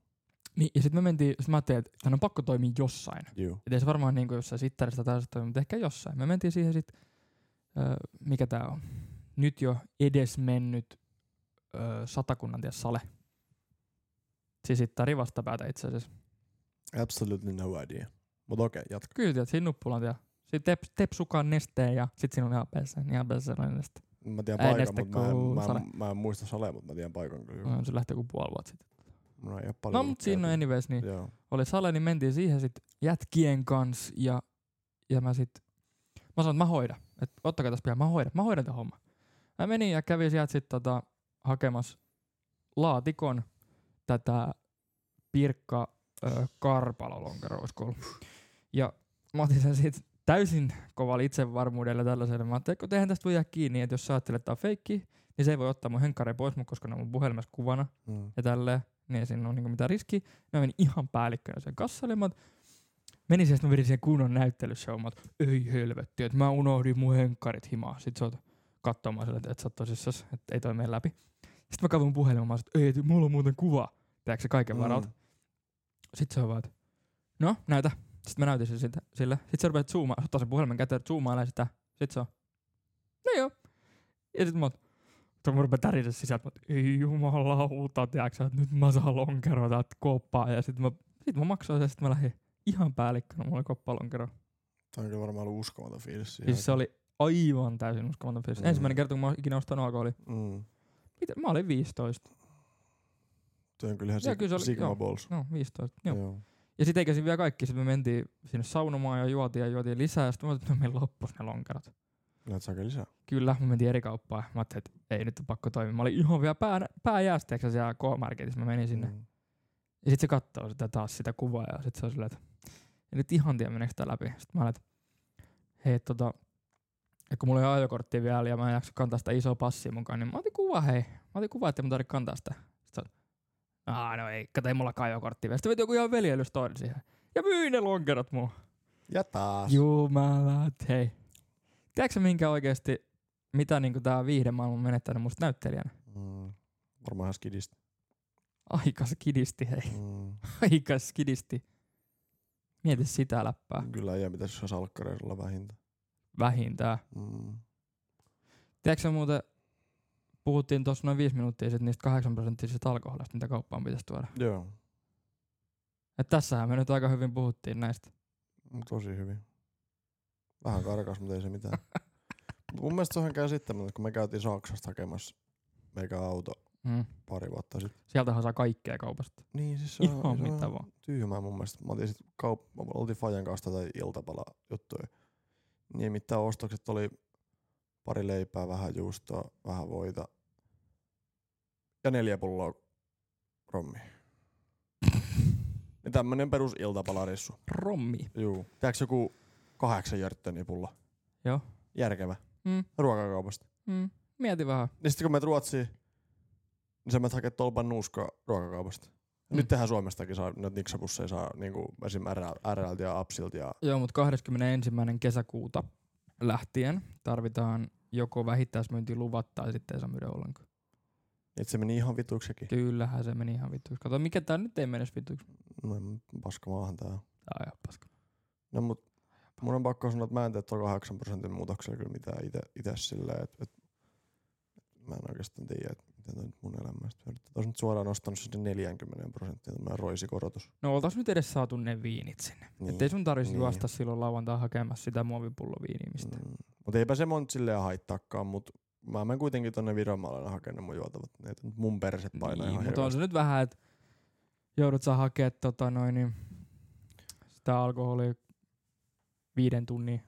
Speaker 1: Niin, ja sitten mä mentiin, sit mä ajattelin, että tän on pakko toimia jossain.
Speaker 2: Juu.
Speaker 1: Et ei se varmaan niinku jossain sittarista tai toimi, mutta ehkä jossain. Me mentiin siihen sit, ö, mikä tää on, nyt jo edesmennyt ö, satakunnan tie sale. Siis sittari vastapäätä itse asiassa.
Speaker 2: Absolutely no idea. Mut okei, jatka.
Speaker 1: Kyllä tiedät, siinä nuppulan tie. Siinä tep, tepsukaan nesteen ja sit siinä on ihan päässä, niin ihan päässä sellainen neste.
Speaker 2: Mä tiedän
Speaker 1: Ei
Speaker 2: paikan,
Speaker 1: näistä
Speaker 2: mutta mä, en-
Speaker 1: kuulu
Speaker 2: mä,
Speaker 1: sale.
Speaker 2: en- mä, en muista salee, mutta mä tiedän paikan kyllä.
Speaker 1: No, se lähtee kuin puoli vuotta sitten.
Speaker 2: Mulla ei oo paljon
Speaker 1: No mut siinä on
Speaker 2: käyty.
Speaker 1: anyways, niin
Speaker 2: Joo.
Speaker 1: oli sale, niin mentiin siihen sit jätkien kanssa ja, ja mä sit, mä sanoin, että mä hoidan. Et ottakaa tässä pian, mä hoidan, mä hoidan tämän homman. Mä menin ja kävin sieltä sit tota, hakemassa laatikon tätä pirkka ö, karpalolonkeroa, olisiko ollut. Ja mä otin sen sit täysin kovalla itsevarmuudella tällaiselle. Mä ajattelin, että kun eihän tästä voi jää kiinni, että jos sä ajattelet, että tää on feikki, niin se ei voi ottaa mun henkkari pois, mut koska ne on mun puhelimessa kuvana
Speaker 2: Mm.
Speaker 1: ja tälleen, niin ei siinä ole niinku mitään riskiä. Mä menin ihan päällikkönä sen kassalle, mä oot- menin siihen, sit mä vedin siihen kunnon näyttelyshowon, mä oot, ei helvetti, että mä unohdin mun henkkarit himaa. Sitten sä oot katsomaan sille, että et sä oot tosissas, että ei toi mene läpi. Sitten mä katoin puhelimen, mä oot, ei, et mulla on muuten kuva. Tiedätkö se
Speaker 2: Mm.
Speaker 1: kaiken varalta? Sitten se on vaan, että no, näytä. Sitten mä näytin sen sitä, sille. Sitten sä rupeat zoomaan, ottaa sen puhelimen käteen, zoomailee sitä. Sitten se on, no joo. Ja sit mä oot, Tuo mä rupean tärisee sisältä, mutta ei jumalauta, tiiäksä, että nyt mä saan lonkeroa täältä koppaa. Ja sit mä, sit mä maksoin sen, sit mä lähdin ihan päällikkönä, mulla oli koppalonkero.
Speaker 2: Tämä on kyllä varmaan ollut uskomaton fiilis. siihen
Speaker 1: Siis se oli aivan täysin uskomaton fiilis.
Speaker 2: Mm.
Speaker 1: Ensimmäinen kerta, kun mä oon ikinä ostanut alkoholia.
Speaker 2: aikaan. Mm.
Speaker 1: Mitä? Mä olin 15.
Speaker 2: Tuo on kyllähän
Speaker 1: Joo,
Speaker 2: sig-
Speaker 1: kyllä se oli-
Speaker 2: Sigma
Speaker 1: joo.
Speaker 2: Balls.
Speaker 1: No, 15. Joo. Ja sit eikä siinä vielä kaikki. Sitten me mentiin sinne saunomaan ja juotiin ja juotiin lisää. Ja sitten mä ajattelin, että no, meillä loppus ne lonkerot.
Speaker 2: Näet saako lisää?
Speaker 1: Kyllä, me mentiin eri kauppaan. Mä ajattelin, että ei nyt on pakko toimia. Mä olin ihan vielä pää, pääjäästeeksi siellä K-marketissa. Mä menin sinne.
Speaker 2: Mm.
Speaker 1: Ja sitten se katsoo sitä taas sitä kuvaa ja sitten se on silleen, että en nyt ihan tiedä meneekö tää läpi. Sitten mä olen, että hei, et tota, et kun mulla ei ole ajokorttia vielä ja mä en jaksa kantaa sitä isoa passia mukaan, niin mä otin kuva hei. Mä otin kuva, ettei mun tarvitse kantaa sitä. Sitten se on, aah no ei, kato ei mullakaan ajokorttia vielä. Sitten veti joku ihan veljelystoori siihen. Ja myi ne lonkerot mua.
Speaker 2: Ja taas.
Speaker 1: Jumalat, hei. Tiedätkö minkä oikeesti, mitä niinku tää viihdemaailma on menettänyt musta näyttelijänä?
Speaker 2: Mm. Varmaan ihan skidistä.
Speaker 1: Aika skidisti, hei.
Speaker 2: Mm.
Speaker 1: Aika skidisti. Mieti sitä läppää.
Speaker 2: Kyllä ei pitäisi olla salkkareilla olla vähintä.
Speaker 1: Vähintään.
Speaker 2: Mm.
Speaker 1: Tiedätkö sä muuten, puhuttiin tuossa noin viisi minuuttia sitten niistä 8 prosenttisista alkoholista, mitä kauppaan pitäisi tuoda.
Speaker 2: Joo.
Speaker 1: Et tässähän me nyt aika hyvin puhuttiin näistä.
Speaker 2: Tosi hyvin. Vähän karkas, mutta ei se mitään. Mut mun mielestä se on ihan käsittämätöntä, kun me käytiin Saksasta hakemassa meikä auto
Speaker 1: Mm.
Speaker 2: pari vuotta sitten.
Speaker 1: Sieltähän saa kaikkea kaupasta.
Speaker 2: Niin, siis se on,
Speaker 1: Ihan
Speaker 2: se on
Speaker 1: mitä vaan.
Speaker 2: tyhmää mun mielestä. Mä oltiin sit kaup- mä oltiin Fajan kanssa tai iltapala juttuja. Niin mitään ostokset oli pari leipää, vähän juustoa, vähän voita ja neljä pulloa rommi. Niin tämmönen perus iltapalarissu.
Speaker 1: Rommi.
Speaker 2: Juu. Tiedätkö joku kahdeksan jörttöniä pulla?
Speaker 1: Joo.
Speaker 2: Järkevä.
Speaker 1: Mm.
Speaker 2: Ruokakaupasta.
Speaker 1: Mm. Mieti vähän.
Speaker 2: Niin sitten kun menet Ruotsiin, niin sä menet hakemaan tolpan nuuskaa ruokakaupasta.
Speaker 1: Mm.
Speaker 2: Mm. Nyt tehdään Suomestakin saa, noita niksapusseja saa niinku esim. RL- RLt ja Upsilta ja
Speaker 1: Joo, mutta 21. kesäkuuta lähtien tarvitaan joko vähittäismyyntiluvat tai sitten ei saa myydä ollenkaan.
Speaker 2: et se meni ihan vituksikin.
Speaker 1: Kyllähän se meni ihan vittuiksi. Kato, mikä tää nyt ei mene edes vittuiksi.
Speaker 2: No en- paska maahan tää on.
Speaker 1: Tää on ihan paska.
Speaker 2: No mut mun on pakko sanoa, että mä en tee tuolla 8 prosentin muutoksella kyllä mitään ite, ite silleen, että et, mä en oikeastaan tiedä, että miten toi nyt mun elämästä hyödyttää. Ois nyt suoraan nostanut sinne 40 prosenttia, tämä roisikorotus.
Speaker 1: No oltais nyt edes saatu ne viinit sinne.
Speaker 2: Niin.
Speaker 1: Ettei sun tarvitsisi
Speaker 2: Niin.
Speaker 1: juosta silloin lauantai hakemassa sitä muovipulloviiniä mistä.
Speaker 2: Mm. Mutta eipä se monta silleen haittaakaan, mutta mä menen kuitenkin tonne Vironmaalle hakemaan mun juotavat. Ne et nyt mun perse Mm. painaa
Speaker 1: niin,
Speaker 2: ihan
Speaker 1: mutta on
Speaker 2: hirveästi.
Speaker 1: se nyt vähän, että joudut sä hakea tota noin, niin sitä alkoholia viiden tunnin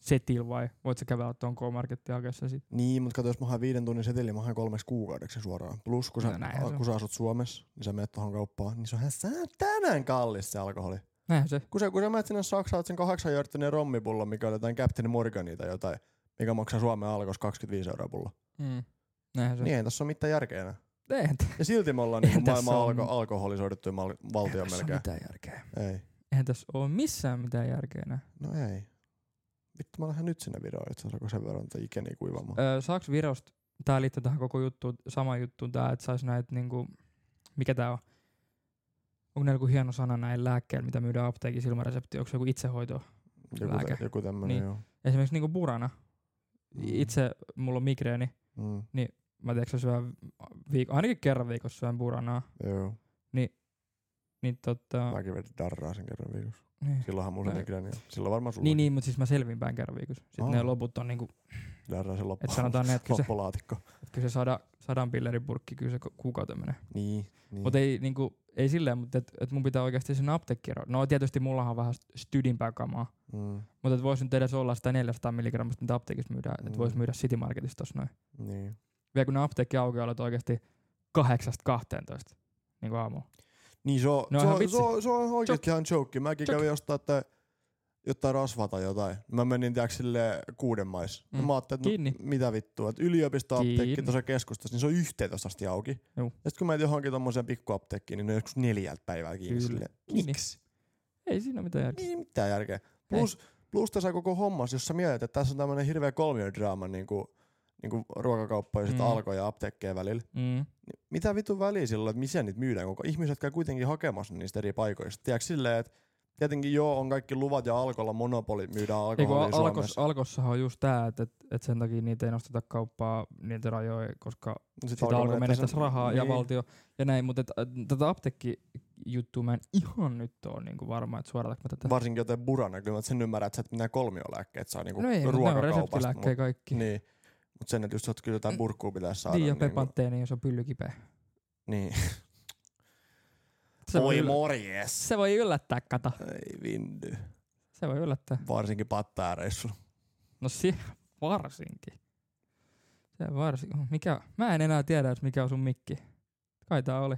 Speaker 1: setil vai voit sä käydä tuon K-Marketin hakea sen sit?
Speaker 2: Niin, mutta kato, jos mä haen viiden tunnin seteli, mä haen kolmeksi kuukaudeksi sen suoraan. Plus, kun sä,
Speaker 1: No näinhän se on.
Speaker 2: kun sä asut Suomessa, niin sä menet tuohon kauppaan, niin se on ihan tänään kallis se alkoholi.
Speaker 1: Näinhän se.
Speaker 2: Kun sä, kun sä menet sinne Saksaan, oot sen kahdeksan jörttinen rommipullo, mikä on jotain Captain Morgania tai jotain, mikä maksaa Suomen alkos 25 euroa pullo.
Speaker 1: Mm. Näinhän se.
Speaker 2: Niin ei tässä ole mitään järkeä enää.
Speaker 1: Eihän t-
Speaker 2: Ja silti me ollaan
Speaker 1: Eihän
Speaker 2: niin
Speaker 1: tässä
Speaker 2: maailman
Speaker 1: oo
Speaker 2: alko-
Speaker 1: mit-
Speaker 2: alkoholisoiduttuja mal- valtio
Speaker 1: Eihän tässä ole
Speaker 2: melkein.
Speaker 1: mitään järkeä.
Speaker 2: Ei.
Speaker 1: Eihän tässä ole missään mitään järkeä enää.
Speaker 2: No ei. Vittu, mä lähden nyt sinne viroon itse asiassa, kun sen verran niin tai ikeni kuivamaan.
Speaker 1: Öö, saaks Virosta, tää liittyy tähän koko juttuun, sama juttuun tää, että sais näitä niinku, mikä tää on? Onko näillä joku hieno sana näillä lääkkeillä, mitä myydään apteekissa ilman reseptiä? Onko se joku itsehoito?
Speaker 2: Joku,
Speaker 1: lääke.
Speaker 2: tä- joku tämmönen,
Speaker 1: Niin.
Speaker 2: niin. joo.
Speaker 1: Esimerkiksi niinku burana. Itse, mulla on migreeni,
Speaker 2: Mm,
Speaker 1: mä tiedätkö, syön viik- ainakin kerran viikossa syön buranaa,
Speaker 2: joo.
Speaker 1: niin tota...
Speaker 2: Mäkin vedin darraa sen kerran viikossa.
Speaker 1: Niin.
Speaker 2: Silloinhan mulla se
Speaker 1: Mä-
Speaker 2: migreeni on. Silloin varmaan sulla
Speaker 1: Niin, niin, mutta siis mä selvin päin kerran viikossa. Sitten
Speaker 2: Aa.
Speaker 1: ne loput on niinku,
Speaker 2: darraa sen loppu,
Speaker 1: että sanotaan ne, että kyllä se,
Speaker 2: loppulaatikko.
Speaker 1: että kyllä se sada, sadan pillerin purkki, kyllä se ku- kuukauden menee.
Speaker 2: Niin, niin.
Speaker 1: Mutta ei, niinku, ei silleen, mutta et, et mun pitää oikeasti sen apteekkiro. No tietysti mullahan on vähän st- stydimpää kamaa,
Speaker 2: Mm,
Speaker 1: mutta et vois nyt edes olla sitä 400 milligrammasta, mitä apteekissa myydään, että
Speaker 2: Mm.
Speaker 1: vois myydä City Marketissa tossa noin.
Speaker 2: niin.
Speaker 1: Vielä kun ne apteekki aukeolat oikeasti 8-12 niin kuin aamulla.
Speaker 2: Niin se on,
Speaker 1: No
Speaker 2: se
Speaker 1: ihan
Speaker 2: on,
Speaker 1: vitsi.
Speaker 2: se on, se on oikeesti ihan joke. Mäkin
Speaker 1: Joke.
Speaker 2: kävin ostaa että jotain rasvaa tai jotain. Mä menin tiiäks sille kuuden mais.
Speaker 1: Mm.
Speaker 2: Mm. Mä ajattelin, että
Speaker 1: Kiinni.
Speaker 2: no, mitä vittua, että yliopistoapteekki
Speaker 1: Kiinni.
Speaker 2: tuossa keskustassa, niin se on 11 asti auki.
Speaker 1: Juu.
Speaker 2: Ja sitten kun mä menin johonkin tommoseen pikkuapteekkiin, niin ne on joskus neljältä päivää kiinni.
Speaker 1: Kyllä.
Speaker 2: Silleen,
Speaker 1: Kiinni.
Speaker 2: miksi?
Speaker 1: Ei siinä ole mitään järkeä.
Speaker 2: Ei mitään järkeä. Plus, plus tässä koko hommas, jos sä mietit, että tässä on tämmönen hirveä kolmiodraama niin kuin, niin kuin ruokakauppa ja mm.
Speaker 1: Mm.
Speaker 2: alkoi ja apteekkeen välillä.
Speaker 1: Mm.
Speaker 2: Niin mitä vitun väliä sillä on, että missä niitä myydään, kun ihmiset käy kuitenkin hakemassa niistä eri paikoista. Tiedätkö silleen, että tietenkin joo, on kaikki luvat ja alkolla monopoli myydään
Speaker 1: Eiku,
Speaker 2: alkoholia
Speaker 1: al- alkos,
Speaker 2: Suomessa.
Speaker 1: alkossahan on just tää, että et, et sen takia niitä ei nosteta kauppaa niitä rajoja, koska
Speaker 2: Al-
Speaker 1: sitä alkoi menettäisi rahaa niin. ja valtio ja näin, mutta et, ä, tätä apteekkijuttua mä en ihan nyt ole niinku varma, että suorataanko mä tätä.
Speaker 2: Varsinkin jotain burana, kyllä mä sen ymmärrän, että sä et mitään kolmiolääkkeet saa niinku
Speaker 1: no ei, mut ne on
Speaker 2: ruokakaupasta.
Speaker 1: reseptilääkkejä kaikki.
Speaker 2: mut,
Speaker 1: Niin.
Speaker 2: niin. Mut sen, että just sä oot kyllä jotain burkkuu pitäisi saada.
Speaker 1: Dia
Speaker 2: niinku-
Speaker 1: pepanteeni, jos on pyllykipeä.
Speaker 2: niin.
Speaker 1: Se voi,
Speaker 2: Oi
Speaker 1: yl-
Speaker 2: morjes!
Speaker 1: se voi yllättää, kata.
Speaker 2: Ei vindy.
Speaker 1: Se voi yllättää.
Speaker 2: Varsinkin pattaareissu.
Speaker 1: No si varsinkin. Se varsinkin. Mikä? Mä en enää tiedä, että mikä on sun mikki. Kai tää oli.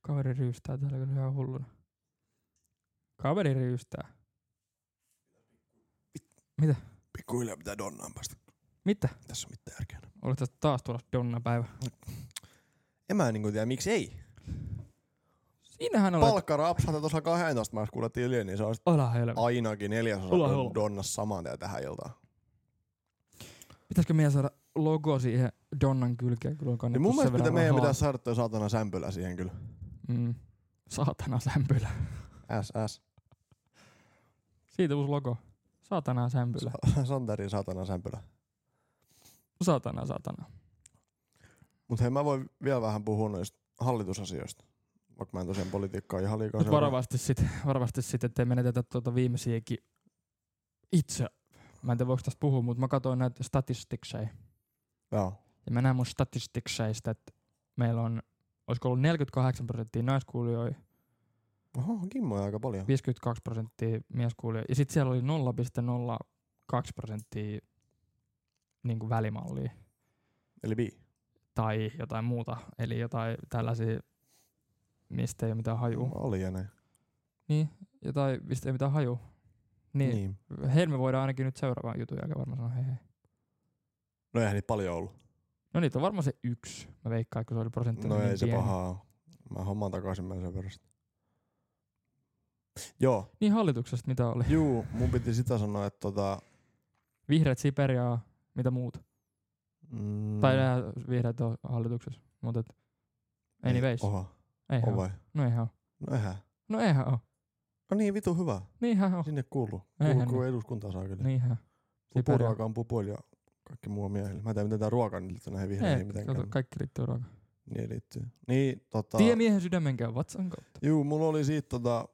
Speaker 1: Kaveri ryystää täällä kyllä ihan hulluna. Kaveri ryystää.
Speaker 2: Pikkuhiljaa pitää donnaan päästä.
Speaker 1: Mitä?
Speaker 2: Tässä on mitään järkeä.
Speaker 1: Oliko tässä taas tulossa Donna päivä?
Speaker 2: En mä niinku tiedä, miksi ei.
Speaker 1: Siinähän olet.
Speaker 2: Palkka rapsahtaa tuossa 12 maissa kuulettiin yli, niin se olisi
Speaker 1: Ala helvetti.
Speaker 2: ainakin neljäsosa
Speaker 1: Olla helvetti.
Speaker 2: donnassa saman tien tähän iltaan.
Speaker 1: No, Pitäisikö meidän saada logo siihen Donnan kylkeen, kun on
Speaker 2: Niin
Speaker 1: kannettu
Speaker 2: mun
Speaker 1: sen
Speaker 2: mielestä pitää,
Speaker 1: verran
Speaker 2: meidän
Speaker 1: rahaa?
Speaker 2: pitää saada toi saatana sämpylä siihen kyllä.
Speaker 1: Mm. Saatana sämpylä.
Speaker 2: SS.
Speaker 1: Siitä uusi logo. Saatana sämpylä.
Speaker 2: Sa- Santerin saatana sämpylä.
Speaker 1: Saatana, saatana.
Speaker 2: Mut hei mä voin vielä vähän puhua noista hallitusasioista. Vaikka mä en tosiaan politiikkaa ihan liikaa
Speaker 1: Mutta
Speaker 2: seuraa.
Speaker 1: varovasti sitten, varovasti sit, ettei menetetä tuota viimeisiäkin itse. Mä en tiedä, voiko tästä puhua, mutta mä katsoin näitä statisticsei.
Speaker 2: Joo.
Speaker 1: Ja mä näen mun statisticseista, että meillä on, olisiko ollut 48 prosenttia naiskuulijoita,
Speaker 2: Oho, kimmoja aika paljon.
Speaker 1: 52 prosenttia mieskuulijoita, ja sitten siellä oli 0,02 prosenttia niin kuin välimallia
Speaker 2: Eli bi.
Speaker 1: tai jotain muuta. Eli jotain tällaisia, mistä ei ole mitään hajua.
Speaker 2: Oli ja näin.
Speaker 1: Niin, jotain, mistä ei mitään haju. Niin,
Speaker 2: niin.
Speaker 1: niin. heillä me voidaan ainakin nyt seuraavaan jutun jälkeen varmaan sanoa hei hei.
Speaker 2: No eihän niitä paljon ollut.
Speaker 1: No niitä on varmaan se yksi. Mä veikkaan, kun se oli prosentti.
Speaker 2: No
Speaker 1: niin
Speaker 2: ei se
Speaker 1: pieni.
Speaker 2: pahaa oo. Mä hommaan takaisin mä sen verran. sit. Joo,
Speaker 1: Niin hallituksesta mitä oli.
Speaker 2: juu, mun piti sitä sanoa, että tota...
Speaker 1: Vihreät Siperiaa, mitä muut.
Speaker 2: Mm,
Speaker 1: Mm. Tai nämä vihreät on hallituksessa. Mutta et, anyways. Ei,
Speaker 2: Oha,
Speaker 1: eihän
Speaker 2: on
Speaker 1: oo.
Speaker 2: vai?
Speaker 1: No eihän oo.
Speaker 2: No eihän.
Speaker 1: No eihän oo.
Speaker 2: No niin, vitu hyvä.
Speaker 1: Niinhän on.
Speaker 2: Sinne kuuluu.
Speaker 1: Eihän
Speaker 2: Kuuluu
Speaker 1: niin.
Speaker 2: eduskuntaa saa kyllä.
Speaker 1: Niinhän. Siperia.
Speaker 2: Pupuruoka on pupuilla ja kaikki muu on miehillä. Mä en tiedä, miten tää ruoka nyt liittyy näihin
Speaker 1: Ei,
Speaker 2: vihreihin mitenkään.
Speaker 1: kato, kaikki liittyy ruokaan.
Speaker 2: Niin liittyy. Niin, tota...
Speaker 1: Tie miehen sydämen käy vatsan kautta.
Speaker 2: Juu, mulla oli siitä tota...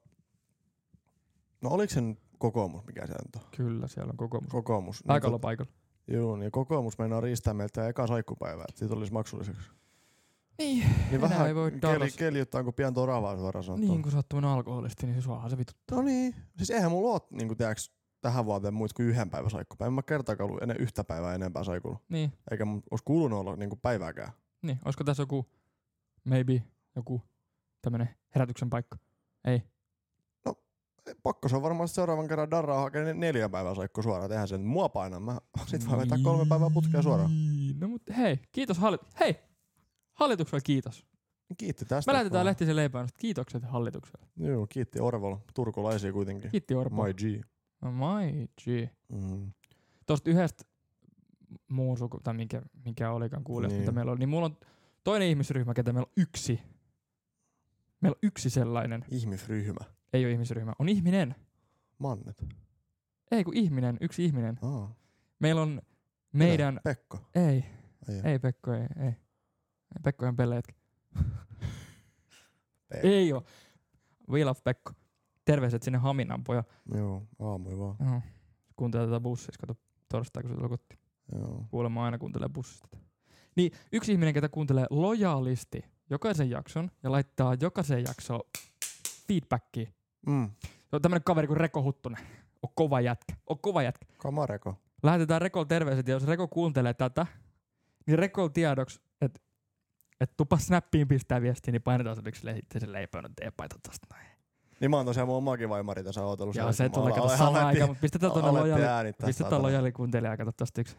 Speaker 2: No oliko se nyt kokoomus, mikä se nyt on?
Speaker 1: Kyllä, siellä on kokoomus.
Speaker 2: Kokoomus.
Speaker 1: Aika
Speaker 2: niin,
Speaker 1: olla paikalla.
Speaker 2: Juu, niin kokoomus meinaa riistää meiltä eka saikkupäivää, että siitä olisi maksulliseksi.
Speaker 1: Niin,
Speaker 2: Niin
Speaker 1: Enää
Speaker 2: vähän
Speaker 1: ei voi
Speaker 2: keli,
Speaker 1: Dallas-
Speaker 2: keliuttaa kuin pian toravaa suoraan sanottuna.
Speaker 1: Niin kun sä oot tämmönen alkoholisti, niin se suohan se vituttaa.
Speaker 2: No niin, siis eihän mulla oo niinku tiiäks, tähän vuoteen muut kuin yhden päivän saikkupäivä. En mä kertaakaan ollut ennen yhtä päivää enempää saikulla.
Speaker 1: Niin,
Speaker 2: Eikä mun olisi kuulunut olla niinku päivääkään.
Speaker 1: niin. Olisiko tässä joku, maybe, joku tämmönen herätyksen paikka? Ei.
Speaker 2: Ei, Pakko se on varmaan sit seuraavan kerran darraa hakea ne- neljä päivää saikku suoraan. Tehän sen mua painaa. Mä sit vaan vetää kolme päivää putkea suoraan.
Speaker 1: Niin, No mut hei, kiitos hallit... Hei! Hallitukselle kiitos.
Speaker 2: Niin Kiitti tästä.
Speaker 1: Me lähetetään
Speaker 2: Vaan-
Speaker 1: lehtisen leipään, että kiitokset hallitukselle.
Speaker 2: Joo, kiitti Orvola. Turkulaisia kuitenkin.
Speaker 1: Kiitti Orpo.
Speaker 2: My G.
Speaker 1: No, My G.
Speaker 2: Mm.
Speaker 1: Tosta yhdestä muun suku, tai mikä, mikä olikaan kuulijasta,
Speaker 2: Niin.
Speaker 1: mitä meillä oli, niin mulla on toinen ihmisryhmä, ketä meillä on yksi. Meillä on yksi sellainen.
Speaker 2: Ihmisryhmä.
Speaker 1: Ei ole ihmisryhmä, on ihminen.
Speaker 2: Mannet.
Speaker 1: Ei kun ihminen, yksi ihminen.
Speaker 2: Aa.
Speaker 1: Meillä on meidän...
Speaker 2: Mitä? Pekko.
Speaker 1: Ei,
Speaker 2: Ei, oo.
Speaker 1: ei Pekko, ei, ei. Pekko on pelle jätkä.
Speaker 2: Pekko.
Speaker 1: ei oo. We love Pekko. Terveiset sinne Haminan poja.
Speaker 2: Joo, aamui vaan.
Speaker 1: Joo. Kuuntelee tätä bussissa, kato torstai, kun se tulee kotiin.
Speaker 2: Joo.
Speaker 1: Kuulemma aina kuuntelee bussista. tätä. Niin, yksi ihminen, ketä kuuntelee lojaalisti jokaisen jakson ja laittaa jokaisen jaksoon feedbackia.
Speaker 2: Mm.
Speaker 1: Se on tämmönen kaveri kuin Reko Huttunen. On kova jätkä, on kova jätkä.
Speaker 2: Kamareko.
Speaker 1: lähetetään Rekolle terveiset, ja jos Reko kuuntelee tätä, niin Rekolle tiedoksi, että et tupa snappiin pistää viestiä, niin painetaan se yksi lehti sen leipöön, että teepaita tosta näin.
Speaker 2: Niin mä oon tosiaan mun omakin vaimari tässä ootellut.
Speaker 1: Ja se tulee kato samaan aikaan, mutta pistetään tuonne lojaali, pistetään lojaali kuuntelijaa, kato tosta yksi.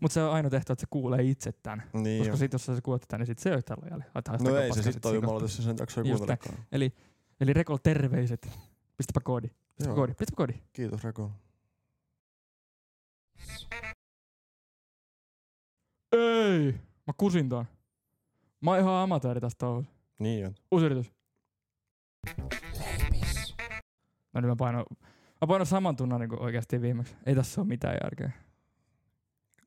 Speaker 1: Mutta se on ainoa tehtävä, että se kuulee itse tän.
Speaker 2: Niin.
Speaker 1: Koska sit, jos sä se kuulet tän, niin sit se ei ole yhtään lojaali. Laitetaan
Speaker 2: No
Speaker 1: sitä
Speaker 2: ei se
Speaker 1: paskaa
Speaker 2: sit toi
Speaker 1: sikasta.
Speaker 2: jumala tässä sen jaksoi
Speaker 1: Just
Speaker 2: kuuntelekaan.
Speaker 1: Eli, eli Rekolle terveiset. Pistäpä koodi, pistäpä
Speaker 2: Joo.
Speaker 1: koodi, pistäpä koodi.
Speaker 2: Kiitos Reko.
Speaker 1: Ei! Mä kusin ton. Mä oon ihan amatööri tästä touhusta.
Speaker 2: Niin on.
Speaker 1: Uusi yritys. No nyt mä painan, mä painan saman tunnan niin oikeasti viimeksi. Ei tässä ole mitään järkeä.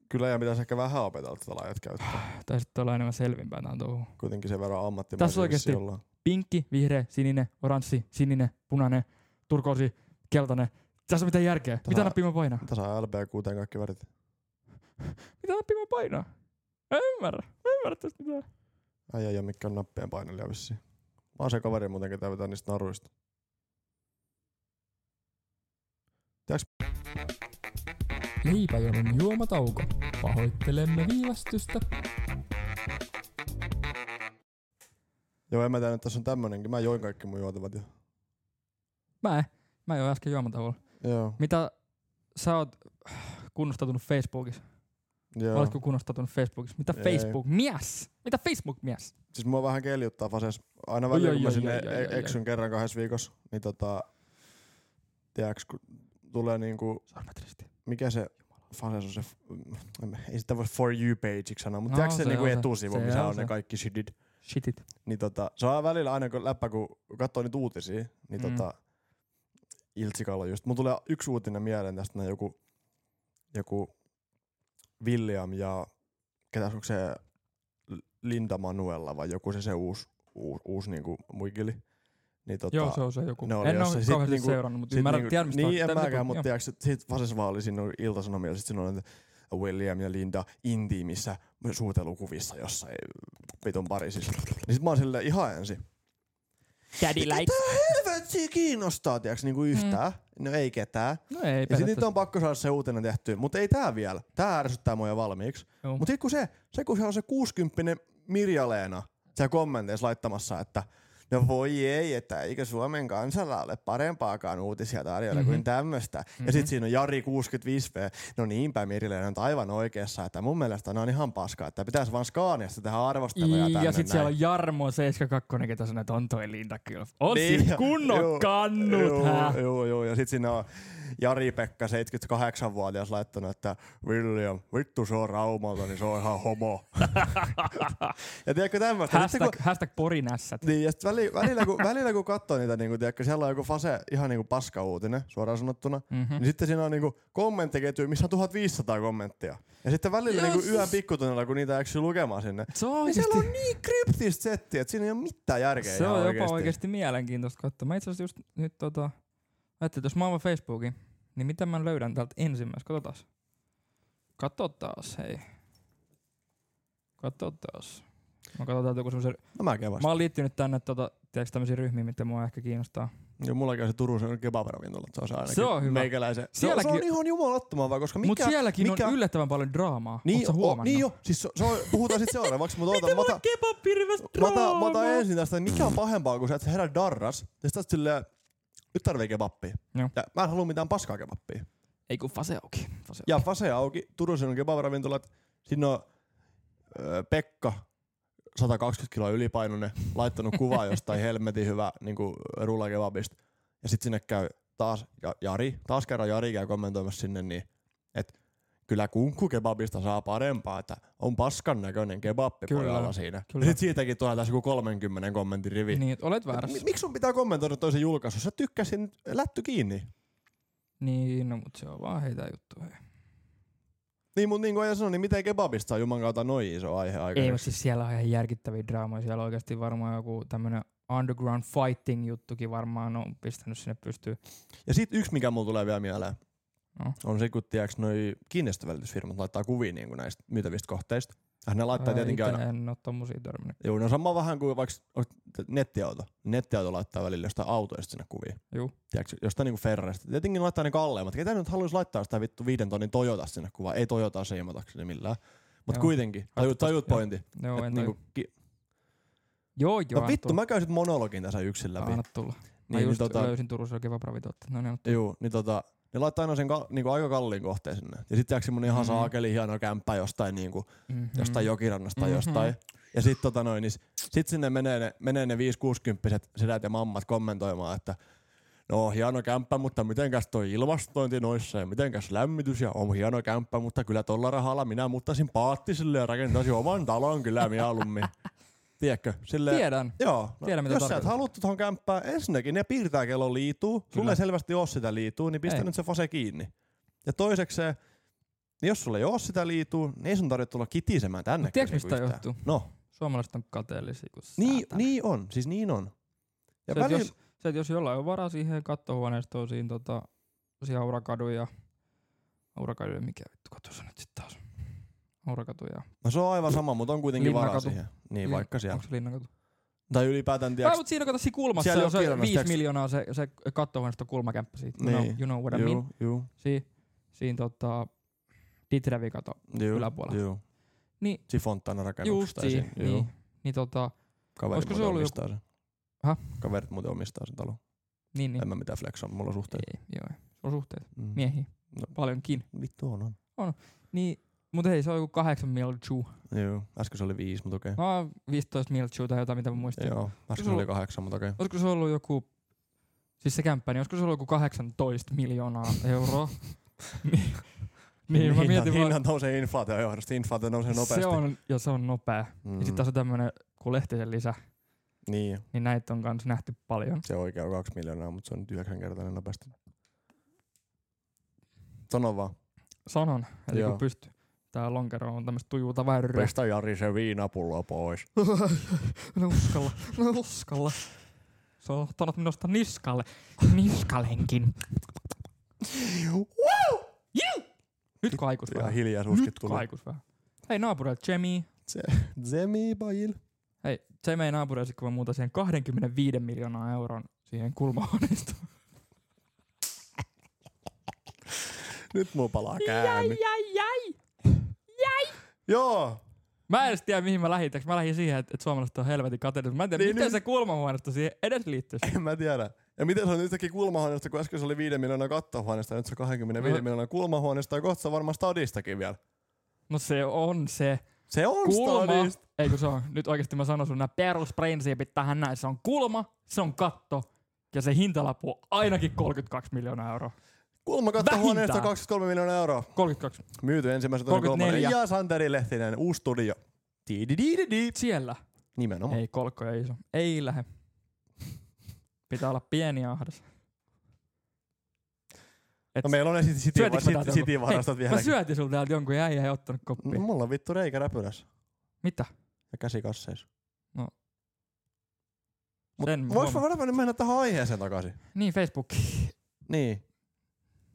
Speaker 2: Kyllä ja pitäisi ehkä vähän opetella tätä lajat käyttää.
Speaker 1: Tai sitten olla enemmän selvimpää tää touhu.
Speaker 2: Kuitenkin sen verran ammattimaisia.
Speaker 1: Tässä oikeesti-
Speaker 2: vissi ollaan.
Speaker 1: Pinkki, vihreä, sininen, oranssi, sininen, punainen, turkoosi, keltainen. Tässä on mitään järkeä. Mitä
Speaker 2: Tää-
Speaker 1: nappia mä painaa?
Speaker 2: Tässä on LB6 kaikki värit.
Speaker 1: Mitä nappia mä painaa? Mä en ymmärrä. Mä en ymmärrä tästä mitään.
Speaker 2: Äijä ei ole mikään nappien painelija vissiin. Mä oon se kaveri muuten, ketä vetää niistä naruista.
Speaker 1: Leipäjonon juomatauko. Pahoittelemme viivästystä.
Speaker 2: Joo, en mä tiedä, että tässä on tämmönenkin. Mä join kaikki mun juotavat jo.
Speaker 1: Mä en. Mä en ole äsken juomatauolla.
Speaker 2: Joo.
Speaker 1: Mitä sä oot kunnostautunut Facebookissa?
Speaker 2: Joo.
Speaker 1: Joo. Oletko kunnostautunut Facebookissa? Mitä
Speaker 2: Ei.
Speaker 1: Facebook-mies? Mitä Facebook-mies?
Speaker 2: Siis mua vähän keliuttaa fases. Aina
Speaker 1: Oi,
Speaker 2: välillä,
Speaker 1: oi,
Speaker 2: kun mä
Speaker 1: oi,
Speaker 2: sinne
Speaker 1: oi, oi,
Speaker 2: e-
Speaker 1: oi,
Speaker 2: eksyn kerran kahdessa viikossa, niin tota, tiedäks, kun tulee niinku,
Speaker 1: Sormet risti.
Speaker 2: mikä se fases on se, f- mm, ei sitä voi for you pageiksi sanoa, mutta no, tiedäks se,
Speaker 1: se
Speaker 2: niinku
Speaker 1: on se.
Speaker 2: etusivu,
Speaker 1: Se
Speaker 2: missä
Speaker 1: on
Speaker 2: on ne
Speaker 1: se.
Speaker 2: kaikki shitit.
Speaker 1: Shitit.
Speaker 2: Niin tota, se on välillä aina kun läppä, kun katsoo niitä uutisia, niin
Speaker 1: Mm.
Speaker 2: tota, Iltsikalla just. Mulla tulee yksi uutinen mieleen tästä, näin joku, joku William ja ketäs onko se Linda Manuella vai joku se se uusi, uusi, uusi niinku muikili. Niin
Speaker 1: Tota,
Speaker 2: tota,
Speaker 1: joo, se on se joku.
Speaker 2: ne
Speaker 1: Ne
Speaker 2: oli
Speaker 1: en ole
Speaker 2: jossain. Sit
Speaker 1: kauheasti
Speaker 2: niinku-
Speaker 1: niinku, seurannut, mutta
Speaker 2: Sit
Speaker 1: mä
Speaker 2: niinku,
Speaker 1: tiedän, mistä
Speaker 2: niin, en
Speaker 1: tää on
Speaker 2: mäkään,
Speaker 1: niinku-
Speaker 2: mutta
Speaker 1: joo.
Speaker 2: tiiäks, sit vasemmassa vaan oli siinä iltasanomia, sit siinä oli, että William ja Linda intiimissä suutelukuvissa jossain vitun Pariisissa. Niin sit mä oon silleen ihan ensin.
Speaker 1: Daddy
Speaker 2: Mitä
Speaker 1: lights.
Speaker 2: Helvetti kiinnostaa, tiiäks, niinku yhtään. No ei ketään.
Speaker 1: No ei
Speaker 2: Ja sit nyt
Speaker 1: periaatteessa.
Speaker 2: on pakko saada se uutinen tehtyä, mutta ei tää vielä. Tää ärsyttää mua jo valmiiksi.
Speaker 1: Joo.
Speaker 2: Mutta kun se, se, kun se on se 60 Mirjaleena siellä kommenteissa laittamassa, että no voi ei, että eikö Suomen kansalla ole parempaakaan uutisia tarjolla mm-hmm. kuin
Speaker 1: Mhm.
Speaker 2: tämmöistä. Mm-hmm.
Speaker 1: Mhm.
Speaker 2: Ja sitten siinä on Jari 65V. No niinpä Mirjaleena on aivan oikeassa, että mun mielestä ne on ihan paskaa, että pitäisi vaan skaaniasta tehdä arvostelua ja
Speaker 1: Niin, Ja
Speaker 2: tänne
Speaker 1: sit siellä
Speaker 2: näin.
Speaker 1: on Jarmo 72, ketä sanoo, että on toi Linda kyllä. On
Speaker 2: Niin,
Speaker 1: niin,
Speaker 2: ja-
Speaker 1: kunnon
Speaker 2: joo,
Speaker 1: kannut, hä?
Speaker 2: Joo, joo, joo. Ja sitten siinä on Jari-Pekka, 78-vuotias, laittanut, että William, vittu se on raumalta, niin se on ihan homo. ja tiedätkö tämmöistä? Sitten
Speaker 1: Hashtag,
Speaker 2: kun-
Speaker 1: hashtag porinässät.
Speaker 2: Niin, ja sit väli, välillä, kun, välillä kun katsoo niitä, niin kun, tiedätkö, siellä on joku fase ihan niin paska uutinen, suoraan sanottuna.
Speaker 1: Mhm.
Speaker 2: Niin sitten siinä on niin kommenttiketju, missä on 1500 kommenttia. Ja sitten välillä niin
Speaker 1: Jösses.
Speaker 2: yön pikkutunnilla, kun niitä eksy lukemaan sinne,
Speaker 1: Se on
Speaker 2: niin
Speaker 1: oikeesti,
Speaker 2: siellä on niin kryptistä settiä, että siinä ei ole mitään järkeä.
Speaker 1: se
Speaker 2: ihan
Speaker 1: on jopa
Speaker 2: oikeesti.
Speaker 1: oikeesti mielenkiintoista katsoa. Mä itse asiassa just nyt tota, ajattelin, että jos mä avaan Facebookin, niin mitä mä löydän täältä ensimmäisestä? Katsotaas. Katsotaas, hei. Katsotaas. Mä katson täältä joku semmosen...
Speaker 2: No mäkin vastaan.
Speaker 1: Mä oon liittynyt tänne tota, tiedätkö tämmöisiä ryhmiä, mitä mua ehkä kiinnostaa.
Speaker 2: Joo, mulla käy se Turun sen kebabiravintola, se on se ainakin
Speaker 1: Se on hyvä.
Speaker 2: meikäläisen. Sielläkin... Se,
Speaker 1: Sielläkin-
Speaker 2: on ihan jumalattoman vaan, koska mikä...
Speaker 1: Mut sielläkin
Speaker 2: mikä...
Speaker 1: on yllättävän paljon draamaa. Oot sä
Speaker 2: o-
Speaker 1: huomannut?
Speaker 2: niin jo, siis se, se on, puhutaan sit seuraavaksi, mutta oota, mä otan,
Speaker 1: kebabpirves
Speaker 2: mä, otan, mä otan ensin tästä, että mikä on pahempaa, kun sä et herää darras, ja sit sä oot silleen, nyt tarvii kebappia.
Speaker 1: Joo.
Speaker 2: Ja mä en halua mitään paskaa kebappia.
Speaker 1: Ei kun fase auki. Fase
Speaker 2: Ja fase auki, Turun sen kebabiravintolat, sinne on ö, Pekka, 120 kiloa ylipainoinen, laittanut kuvaa jostain helmetin hyvä niin rullakebabista. Ja sitten sinne käy taas Ja- Jari, taas kerran Jari käy kommentoimassa sinne, niin, että kyllä kunkkukebabista saa parempaa, että on paskan näköinen kebappi
Speaker 1: Kyllä,
Speaker 2: pojalla siinä. Kyllä.
Speaker 1: kyllä.
Speaker 2: Ja sit siitäkin tulee tässä joku 30 kommentin rivi.
Speaker 1: Niin, et olet
Speaker 2: Et
Speaker 1: väärässä.
Speaker 2: mi- Miksi sun pitää kommentoida toisen julkaisu? Sä tykkäsin lätty kiinni.
Speaker 1: Niin, no mut se on vaan heitä juttu. Hei.
Speaker 2: Niin, mutta niin kuin ajan sanoin, niin miten kebabista saa juman kautta noin iso aihe
Speaker 1: Ei,
Speaker 2: aikana?
Speaker 1: mut siis siellä on ihan järkittäviä draamoja. Siellä oikeasti varmaan joku tämmönen underground fighting juttukin varmaan on pistänyt sinne pystyyn.
Speaker 2: Ja sit yksi, mikä mulla tulee vielä mieleen,
Speaker 1: No.
Speaker 2: on se, kun tiiäks, noi kiinteistövälitysfirmat laittaa kuvia niin näistä myytävistä kohteista. Ja ne laittaa
Speaker 1: Ää,
Speaker 2: tietenkin
Speaker 1: ite
Speaker 2: aina.
Speaker 1: En oo tommosia törmännyt.
Speaker 2: Joo, no sama vähän kuin vaikka on nettiauto. Nettiauto laittaa välillä jostain autoista sinne kuvia.
Speaker 1: Juu.
Speaker 2: Tiiäks, jostain niinku Ferrarista. Tietenkin laittaa ne kalleimmat. Ketä nyt haluaisi laittaa sitä vittu viiden tonnin Toyota sinne kuvaa? Ei Toyota seimatakseni millään. Mut
Speaker 1: Joo.
Speaker 2: kuitenkin. Tajut,
Speaker 1: Katsotaan.
Speaker 2: tajut
Speaker 1: Joo.
Speaker 2: pointti.
Speaker 1: Joo, en
Speaker 2: Et
Speaker 1: niinku,
Speaker 2: niinku, ki-
Speaker 1: Joo, joo.
Speaker 2: no vittu, mä käyn sit monologin tässä yksin läpi.
Speaker 1: Anna tulla. Mä
Speaker 2: Niin,
Speaker 1: just
Speaker 2: niin tota-
Speaker 1: löysin Turussa jokin vapravitoitte. No niin,
Speaker 2: Joo, niin tota, ne laittaa aina sen ka- niinku aika kalliin kohteen sinne. Ja sitten jääkö semmonen ihan
Speaker 1: Mhm.
Speaker 2: saakeli hieno kämppä jostain, niinku,
Speaker 1: mm-hmm.
Speaker 2: jostain jokirannasta tai
Speaker 1: Mhm.
Speaker 2: jostain. Ja sitten tota noin, niin s- sit sinne menee ne, menee ne 5-60-kymppiset sedät ja mammat kommentoimaan, että no hieno kämppä, mutta mitenkäs toi ilmastointi noissa ja mitenkäs lämmitys ja on hieno kämppä, mutta kyllä tolla rahalla minä muuttaisin paattisille ja rakentaisin oman talon kyllä mieluummin. Tiedätkö? Silleen,
Speaker 1: Tiedän.
Speaker 2: Joo. No,
Speaker 1: Tiedän, mitä
Speaker 2: jos sä et
Speaker 1: tarkoitat.
Speaker 2: haluttu tuohon kämppään, ensinnäkin ne piirtää kello liituu. Sulle
Speaker 1: Kyllä.
Speaker 2: ei selvästi ole sitä liituu, niin pistä
Speaker 1: Ei.
Speaker 2: nyt se fase kiinni. Ja toisekseen, niin jos sulla ei ole sitä liituu, niin ei sun tarvitse tulla kitisemään tänne.
Speaker 1: Mut tiedätkö,
Speaker 2: kyllä
Speaker 1: mistä
Speaker 2: niinku
Speaker 1: tää
Speaker 2: yhtään.
Speaker 1: johtuu?
Speaker 2: No,
Speaker 1: Suomalaiset on kateellisia, kun
Speaker 2: niin,
Speaker 1: saatana.
Speaker 2: niin on. Siis niin on. Ja
Speaker 1: se, että
Speaker 2: välillä,
Speaker 1: jos, se, että jos jollain on varaa siihen kattohuoneistoon siinä, tota, siinä Aurakadun ja Aurakadun ja mikä vittu katu se nyt sitten taas? on? Aurakatu ja
Speaker 2: no se on aivan sama, mutta on kuitenkin varaa
Speaker 1: Linnankatu.
Speaker 2: siihen. Niin,
Speaker 1: Lin-
Speaker 2: vaikka siellä.
Speaker 1: onko se Linnankatu?
Speaker 2: Tai ylipäätään,
Speaker 1: Ai,
Speaker 2: tiedätkö,
Speaker 1: mutta siinä kato siinä kulmassa
Speaker 2: Siellä
Speaker 1: on
Speaker 2: ei oo
Speaker 1: se
Speaker 2: kirjannut,
Speaker 1: viisi
Speaker 2: tiiäks-
Speaker 1: miljoonaa se, se kattohuoneiston kulmakämppä siitä. No, You,
Speaker 2: Niin.
Speaker 1: know, you know what I mean.
Speaker 2: juu, juu,
Speaker 1: Siin, siinä tota, Ditrevi kato.
Speaker 2: juu,
Speaker 1: Yläpuolella.
Speaker 2: Juu.
Speaker 1: Niin,
Speaker 2: Siinä Fontana
Speaker 1: just
Speaker 2: rakennuksesta.
Speaker 1: siinä. Niin, niin, tota,
Speaker 2: Kaverit
Speaker 1: Olisiko se
Speaker 2: muuten
Speaker 1: ollut
Speaker 2: omistaa sen.
Speaker 1: Häh?
Speaker 2: Kaverit muuten omistaa sen talon.
Speaker 1: niin, niin.
Speaker 2: En mä mitään flex on, mulla on suhteet.
Speaker 1: Ei, joo, se on suhteet.
Speaker 2: Mm.
Speaker 1: Miehiä.
Speaker 2: No.
Speaker 1: Paljonkin.
Speaker 2: Vittu on, on.
Speaker 1: Niin, mutta hei, se on joku kahdeksan miljoonaa.
Speaker 2: Joo, äsken se oli viisi, mutta okei.
Speaker 1: No 15 miljoonaa tai jotain, mitä mä muistin.
Speaker 2: Joo, äsken se
Speaker 1: Sulla-
Speaker 2: oli kahdeksan, mutta okei.
Speaker 1: Olisiko se ollut joku, siis se kämppä, niin olisiko se ollut joku 18 miljoonaa euroa? niin, niin mä mietin vaan,
Speaker 2: Hinnan nousee inflaation johdosta, inflaatio nousee nopeasti.
Speaker 1: se on, ja se on nopea.
Speaker 2: Mm.
Speaker 1: Ja sitten taas on tämmönen, kun Lehtisen lisä,
Speaker 2: Niin,
Speaker 1: niin näitä on kans nähty paljon.
Speaker 2: se oikea on kaksi miljoonaa, mutta se on nyt yhdeksänkertainen nopeasti. Sano vaan.
Speaker 1: Sanon, eli
Speaker 2: Joo.
Speaker 1: kun pystyy. tää lonkero on tämmöistä tujuuta väyrryä.
Speaker 2: Pestä Jari se viinapullo pois.
Speaker 1: Mä en uskalla, mä en uskalla. Se on ottanut minusta niskalle. Niskalenkin.
Speaker 2: Wow!
Speaker 1: Nyt kaikus
Speaker 2: Ja
Speaker 1: vähän.
Speaker 2: hiljaisuuskin
Speaker 1: Nyt
Speaker 2: tuli.
Speaker 1: kaikus vähän. Hei naapureilta Jemi.
Speaker 2: Zemi Bajil.
Speaker 1: Hei, Jemi ei naapureilta, kun mä muutan siihen 25 miljoonaa euron siihen kulmahuoneistoon.
Speaker 2: Nyt mulla palaa käänny.
Speaker 1: jäi, jäi.
Speaker 2: Joo.
Speaker 1: Mä en edes tiedä, mihin mä lähdin. Eks Mä lähdin siihen, että, että suomalaiset on helvetin kateelliset. Mä en tiedä,
Speaker 2: Niin,
Speaker 1: niin, miten
Speaker 2: niin.
Speaker 1: niin. se kulmahuoneisto siihen edes liittyisi.
Speaker 2: En mä tiedä. Ja miten se on yhtäkkiä kulmahuoneesta, kun äsken se oli 5 miljoonaa kattohuoneesta, nyt se on 25
Speaker 1: No.
Speaker 2: miljoonaa kulmahuoneesta, ja kohta se on varmaan stadistakin vielä.
Speaker 1: No se on se.
Speaker 2: Se on
Speaker 1: Kulma.
Speaker 2: stadista.
Speaker 1: Ei kun se on. Nyt oikeasti mä sanon sun nämä perusprinsiipit tähän näin. Se on kulma, se on katto ja se hintalappu on ainakin 32 miljoonaa euroa.
Speaker 2: Kulma kattohuoneesta
Speaker 1: Vähintään.
Speaker 2: 23 miljoonaa euroa.
Speaker 1: 32.
Speaker 2: Myyty ensimmäisen toinen
Speaker 1: 34.
Speaker 2: kolmannen. Ja Santeri Lehtinen, uusi studio. Tiididididi.
Speaker 1: Siellä.
Speaker 2: Nimenomaan.
Speaker 1: Ei kolkkoja iso. Ei lähe. Pitää olla pieni ja ahdas. Et
Speaker 2: No meillä on ne sit- sit-
Speaker 1: syötinkö mä
Speaker 2: sit-
Speaker 1: täältä
Speaker 2: sitin
Speaker 1: jonkun?
Speaker 2: varastot
Speaker 1: Mä
Speaker 2: vieläkin.
Speaker 1: syötin sulta täältä jonkun ja äijä ei ottanut koppia.
Speaker 2: No, mulla on vittu reikä räpylässä
Speaker 1: Mitä?
Speaker 2: ja käsikasseissa.
Speaker 1: Mm,
Speaker 2: Mut
Speaker 1: Sen
Speaker 2: Voiko mä
Speaker 1: huomaa.
Speaker 2: varmaan mennä tähän aiheeseen takaisin?
Speaker 1: Niin Facebook.
Speaker 2: Niin.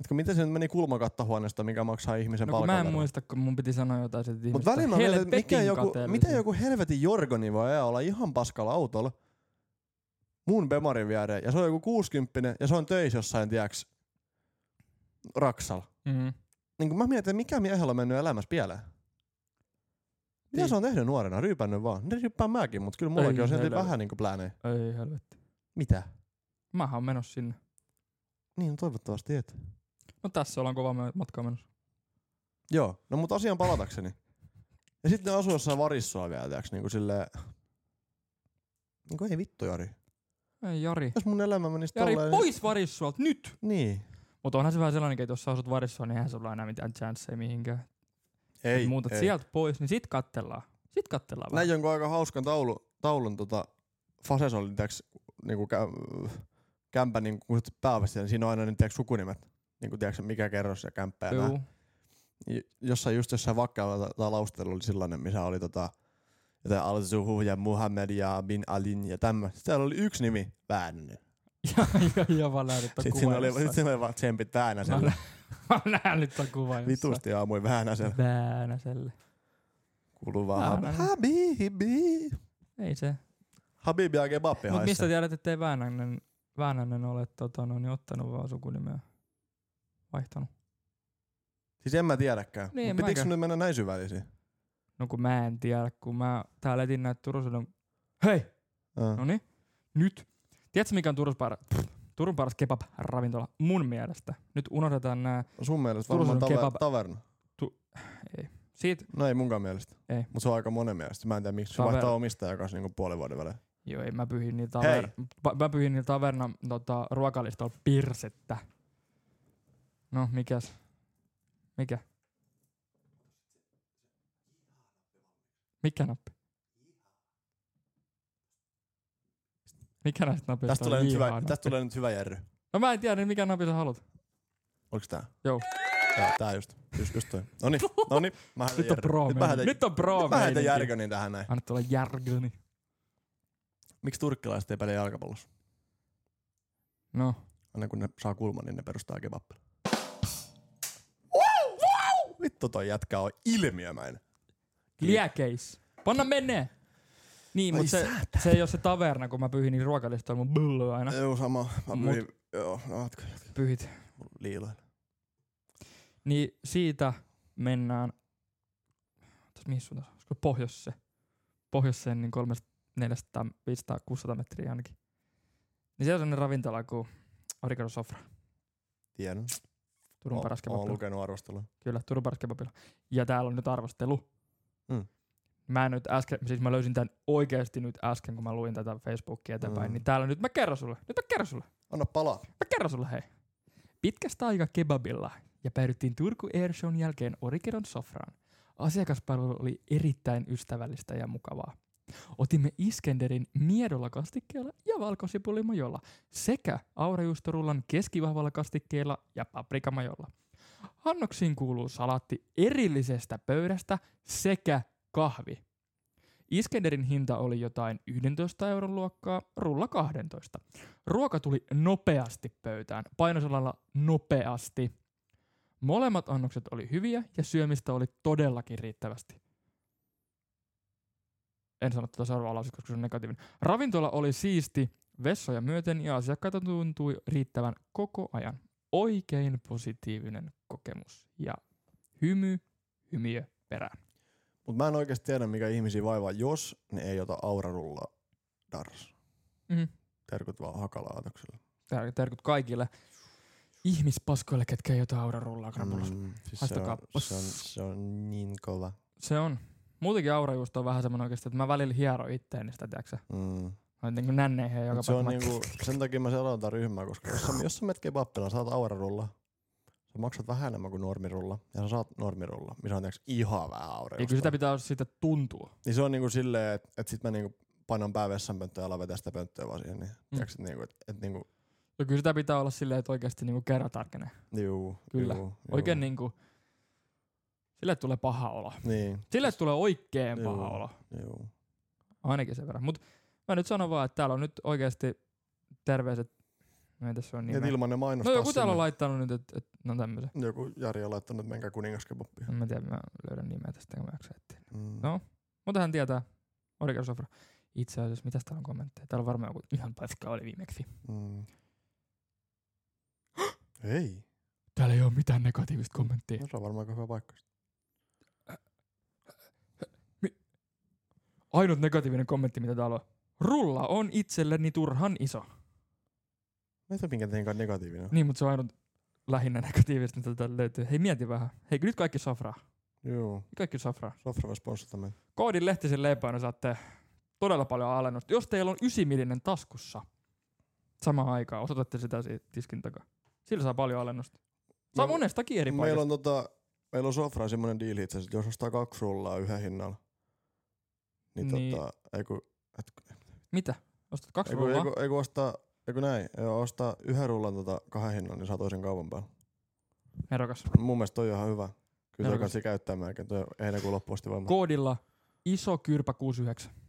Speaker 2: Etkö miten se nyt meni kulmakattohuoneesta, mikä maksaa ihmisen
Speaker 1: No kun mä en
Speaker 2: palkan?
Speaker 1: muista, kun mun piti sanoa jotain sieltä
Speaker 2: Mutta välillä mä mietin, että mikä
Speaker 1: Helvetin
Speaker 2: joku,
Speaker 1: kateellisia.
Speaker 2: miten joku helvetin Jorgoni voi ajaa olla ihan paskalla autolla mun bemarin viereen, ja se on joku 60 ja se on töissä jossain, tiiäks, Raksal.
Speaker 1: Mhm.
Speaker 2: Niin kun mä mietin, että mikä miehellä on mennyt elämässä pieleen. Mitä
Speaker 1: Niin.
Speaker 2: se on tehnyt nuorena? Ryypännyt vaan. Ne ryyppään mäkin, mutta kyllä mullakin
Speaker 1: Ei niin,
Speaker 2: on silti
Speaker 1: helvetti.
Speaker 2: vähän niinku pläänejä.
Speaker 1: Ei helvetti.
Speaker 2: Mitä?
Speaker 1: Mähän on menossa sinne.
Speaker 2: Niin, no toivottavasti et.
Speaker 1: No tässä ollaan kova me- matka menossa.
Speaker 2: Joo, no mutta asiaan palatakseni. Ja sitten ne asuu jossain varissua vielä, tiiäks, niinku silleen... Niinku ei vittu, Jari.
Speaker 1: Ei Jari.
Speaker 2: Jos mun elämä menisi
Speaker 1: Jari,
Speaker 2: tolleen...
Speaker 1: pois varissuolta nyt!
Speaker 2: Niin.
Speaker 1: Mutta onhan se vähän sellainen, että jos sä asut varissuolta, niin eihän sulla enää mitään chanceja mihinkään.
Speaker 2: Ei,
Speaker 1: Mut muutat
Speaker 2: ei.
Speaker 1: sieltä pois, niin sit kattellaan. Sit kattellaan vähän.
Speaker 2: Näin jonkun aika hauskan taulu, taulun tota, Fases oli tiiäks, niinku kä, kämpä, niinku, kun sit pääopisti, niin siinä on aina niin, tiiäks, sukunimet. Niinku tiiäks, mikä kerros ja kämppä ja nää.
Speaker 1: Juu.
Speaker 2: J- Jossain just jossain vakkaalla tai laustella oli sellainen, missä oli tota, jotain al Zuhu ja Muhammed ja Bin Alin ja tämmöistä. Siellä oli yksi nimi, Väänänen.
Speaker 1: Ja, ja, ja vaan näynyt ton
Speaker 2: Sitten
Speaker 1: kuvan
Speaker 2: siinä oli,
Speaker 1: jossain.
Speaker 2: sit siinä oli vaan tsempit
Speaker 1: Mä
Speaker 2: Väänäselle.
Speaker 1: nä- Mä oon nähnyt ton kuvan jossain.
Speaker 2: Vitusti aamuin Väänäselle.
Speaker 1: Väänäselle.
Speaker 2: Kuuluu vaan
Speaker 1: Väänänen.
Speaker 2: Habibi.
Speaker 1: Ei se.
Speaker 2: Habibi ja kebabi
Speaker 1: Mut mistä
Speaker 2: haissa.
Speaker 1: tiedät, ettei Väänänen, Väänänen ole tota, no, niin ottanut vaan sukunimeä? Vaihtanut.
Speaker 2: Siis en mä tiedäkään.
Speaker 1: Niin,
Speaker 2: Niin,
Speaker 1: en
Speaker 2: Pitikö
Speaker 1: mäkään.
Speaker 2: sun nyt mennä näin syvällisiin?
Speaker 1: No kun mä en tiedä, kun mä täällä etin näitä Turusadon... Hei!
Speaker 2: Äh.
Speaker 1: No niin, nyt. Tiedätkö mikä on Turun, par... Turun paras kebab-ravintola? Mun mielestä. Nyt unohdetaan nämä...
Speaker 2: No Sun mielestä
Speaker 1: Turussa
Speaker 2: varmaan
Speaker 1: on
Speaker 2: taver,
Speaker 1: kebab.
Speaker 2: taverna.
Speaker 1: Siitä...
Speaker 2: No ei munkaan mielestä.
Speaker 1: Ei.
Speaker 2: Mut se on aika monen mielestä. Mä en tiedä miksi. Se
Speaker 1: Taver-
Speaker 2: vaihtaa omistajaa kanssa niinku puolen vuoden välein.
Speaker 1: Joo, ei, mä pyhin niillä
Speaker 2: Hei.
Speaker 1: taver... pa- mä pyhin niillä taverna tota, ruokalistolla pirsettä. No, mikäs? Mikä? Mikä nappi? Mikä näistä napista
Speaker 2: Tästä
Speaker 1: on
Speaker 2: tulee, nyt hyvä,
Speaker 1: jihaa nappi?
Speaker 2: tästä tulee nyt hyvä järry.
Speaker 1: No mä en tiedä, niin mikä nappi sä haluat.
Speaker 2: Oliks tää?
Speaker 1: Joo.
Speaker 2: Tää, tää just. Just, just toi. No Noni, noni. niin. Mä heitän
Speaker 1: Nyt on
Speaker 2: järry.
Speaker 1: pro
Speaker 2: Nyt mä
Speaker 1: meininki.
Speaker 2: heitän,
Speaker 1: Nyt on pro
Speaker 2: nyt mä heitän
Speaker 1: meininki.
Speaker 2: järkönin tähän näin.
Speaker 1: Anna tulla järkyni.
Speaker 2: Miksi turkkilaiset ei pärjää jalkapallossa?
Speaker 1: No.
Speaker 2: Aina kun ne saa kulman, niin ne perustaa kebabbilla. Vittu toi jätkä on ilmiömäinen.
Speaker 1: Liekeis. Panna menee. Niin,
Speaker 2: Ai
Speaker 1: mutta se,
Speaker 2: säätä.
Speaker 1: se ei ole se taverna, kun mä pyhin niin ruokalistoilla mun bullu aina.
Speaker 2: Joo, sama. Mä
Speaker 1: No. Mut-
Speaker 2: myin, joo, no, jatka, jatka.
Speaker 1: Pyhit.
Speaker 2: Mulla liiloin.
Speaker 1: Niin siitä mennään. Tässä mihin suuntaan? Olisiko pohjoisse? Pohjoiseen niin 300, 400, 500, 600 metriä ainakin. Niin siellä on sellainen ravintola kuin Orikado Sofra.
Speaker 2: Tiedän.
Speaker 1: Turun paras
Speaker 2: Olen
Speaker 1: kebabilla.
Speaker 2: lukenut arvostelua.
Speaker 1: Kyllä, Turun paras kebabilla. Ja täällä on nyt arvostelu.
Speaker 2: Mm.
Speaker 1: Mä nyt äsken, siis mä löysin tämän oikeasti nyt äsken, kun mä luin tätä Facebookia eteenpäin,
Speaker 2: Mm.
Speaker 1: mm. niin täällä nyt mä kerron sulle, nyt mä kerron sulle,
Speaker 2: Anna palaa.
Speaker 1: mä kerron sulle hei. Pitkästä aika kebabilla ja päädyttiin Turku Airshown jälkeen Orikeron sofraan. Asiakaspalvelu oli erittäin ystävällistä ja mukavaa. Otimme Iskenderin miedolla kastikkeella ja valkosipulimajolla sekä aurajuustorullan keskivahvalla kastikkeella ja paprikamajolla. Annoksiin kuuluu salatti erillisestä pöydästä sekä kahvi. Iskenderin hinta oli jotain 11 euron luokkaa, rulla 12. Ruoka tuli nopeasti pöytään, painosalalla nopeasti. Molemmat annokset oli hyviä ja syömistä oli todellakin riittävästi. En sano tätä seuraavaa lausetta, koska se on negatiivinen. Ravintola oli siisti vessoja myöten ja asiakkaita tuntui riittävän koko ajan. Oikein positiivinen kokemus ja hymy, hymiö perään.
Speaker 2: Mutta mä en oikeasti tiedä, mikä ihmisiä vaivaa, jos ne ei ota aurarulla dars.
Speaker 1: Mm.
Speaker 2: Terkut vaan hakalaatoksella.
Speaker 1: Tär- terkut kaikille ihmispaskoille, ketkä ei ota aurarullaa krapulas. Mm.
Speaker 2: siis se,
Speaker 1: Haistakaa
Speaker 2: on,
Speaker 1: pos.
Speaker 2: se, on, se on niin kova.
Speaker 1: Se on. Muutenkin aurajuusto on vähän semmoinen oikeasti, että mä välillä hiero itteeni sitä, tiiäksä.
Speaker 2: Mm.
Speaker 1: Mä oon niinku nänneihin ja joka
Speaker 2: se on
Speaker 1: päivä.
Speaker 2: niinku, sen takia mä seuraan tätä ryhmää, koska jos sä, jos sä menet kebappilaan, saat aurarulla. Sä maksat vähän enemmän kuin normirulla. Ja sä saat normirulla, missä on tiiäks ihan vähän
Speaker 1: Ei, kyllä sitä
Speaker 2: aurarulla.
Speaker 1: pitää olla siitä tuntua.
Speaker 2: Niin se on niinku silleen, että et sit mä niinku painan pää vessanpönttöön ja alan vetää sitä pönttöä vaan siihen. Niin, mm. tiiäks, et niinku, et, et niinku,
Speaker 1: Ja kyllä sitä pitää olla silleen, että oikeasti niinku kerran tarkenee.
Speaker 2: juu,
Speaker 1: Kyllä.
Speaker 2: Juu, juu.
Speaker 1: Oikein niinku, sille tulee paha olo.
Speaker 2: Niin,
Speaker 1: Sille tulee oikein
Speaker 2: Joo.
Speaker 1: paha olo.
Speaker 2: juu.
Speaker 1: Ainakin sen verran. Mut mä nyt sanon vaan, että täällä on nyt oikeasti terveiset, no ei tässä on
Speaker 2: Niin, et
Speaker 1: nimeä.
Speaker 2: ilman ne mainostaa
Speaker 1: No joku täällä on
Speaker 2: sinne.
Speaker 1: laittanut nyt, että et, no tämmöisen.
Speaker 2: Joku Jari on laittanut, että menkää kuningaskebappiin.
Speaker 1: En mä tiedä, mä löydän nimeä tästä, kun mä jaksan etsiä.
Speaker 2: Mm.
Speaker 1: No. Mutta hän tietää. Origami Sofra. Itse asiassa, mitäs täällä on kommentteja? Täällä on varmaan joku ihan paska oli viimeksi.
Speaker 2: Mm. Ei.
Speaker 1: Täällä ei ole mitään negatiivista kommenttia.
Speaker 2: No se on varmaan aika hyvä paikka.
Speaker 1: Ainut negatiivinen kommentti, mitä täällä on. Rulla on itselleni turhan iso.
Speaker 2: Mä en tiedä, minkä tein negatiivinen.
Speaker 1: Niin, mutta se on ainut lähinnä negatiivista, mitä täällä löytyy. Hei, mieti vähän. Hei, nyt kaikki safraa.
Speaker 2: Joo.
Speaker 1: Kaikki safraa.
Speaker 2: Sofra voi sponssata meitä.
Speaker 1: Koodin lehtisen leipäänä saatte todella paljon alennusta. Jos teillä on 9 millinen taskussa samaan aikaan, osoitatte sitä siitä tiskin takaa. Sillä saa paljon alennusta. Saa
Speaker 2: Me-
Speaker 1: monestakin eri
Speaker 2: Meillä
Speaker 1: paikasta.
Speaker 2: on, tota, meillä on Sofra semmoinen diili itse asiassa, että jos ostaa kaksi rullaa yhden hinnalla, niin,
Speaker 1: Niin.
Speaker 2: tota, ei kun, et,
Speaker 1: Mitä? Ostat kaksi
Speaker 2: ei kun, ei
Speaker 1: rullaa?
Speaker 2: kun, ei kun ostaa, ei kun näin, joo, ostaa yhden rullan tota kahden hinnan, niin saa toisen kaupan päällä.
Speaker 1: Erokas.
Speaker 2: Mun mielestä toi on ihan hyvä. Kyllä
Speaker 1: Joo,
Speaker 2: toi kannattaa käyttää melkein, toi heinäkuun loppuun asti varmaan.
Speaker 1: Koodilla iso kyrpä 69.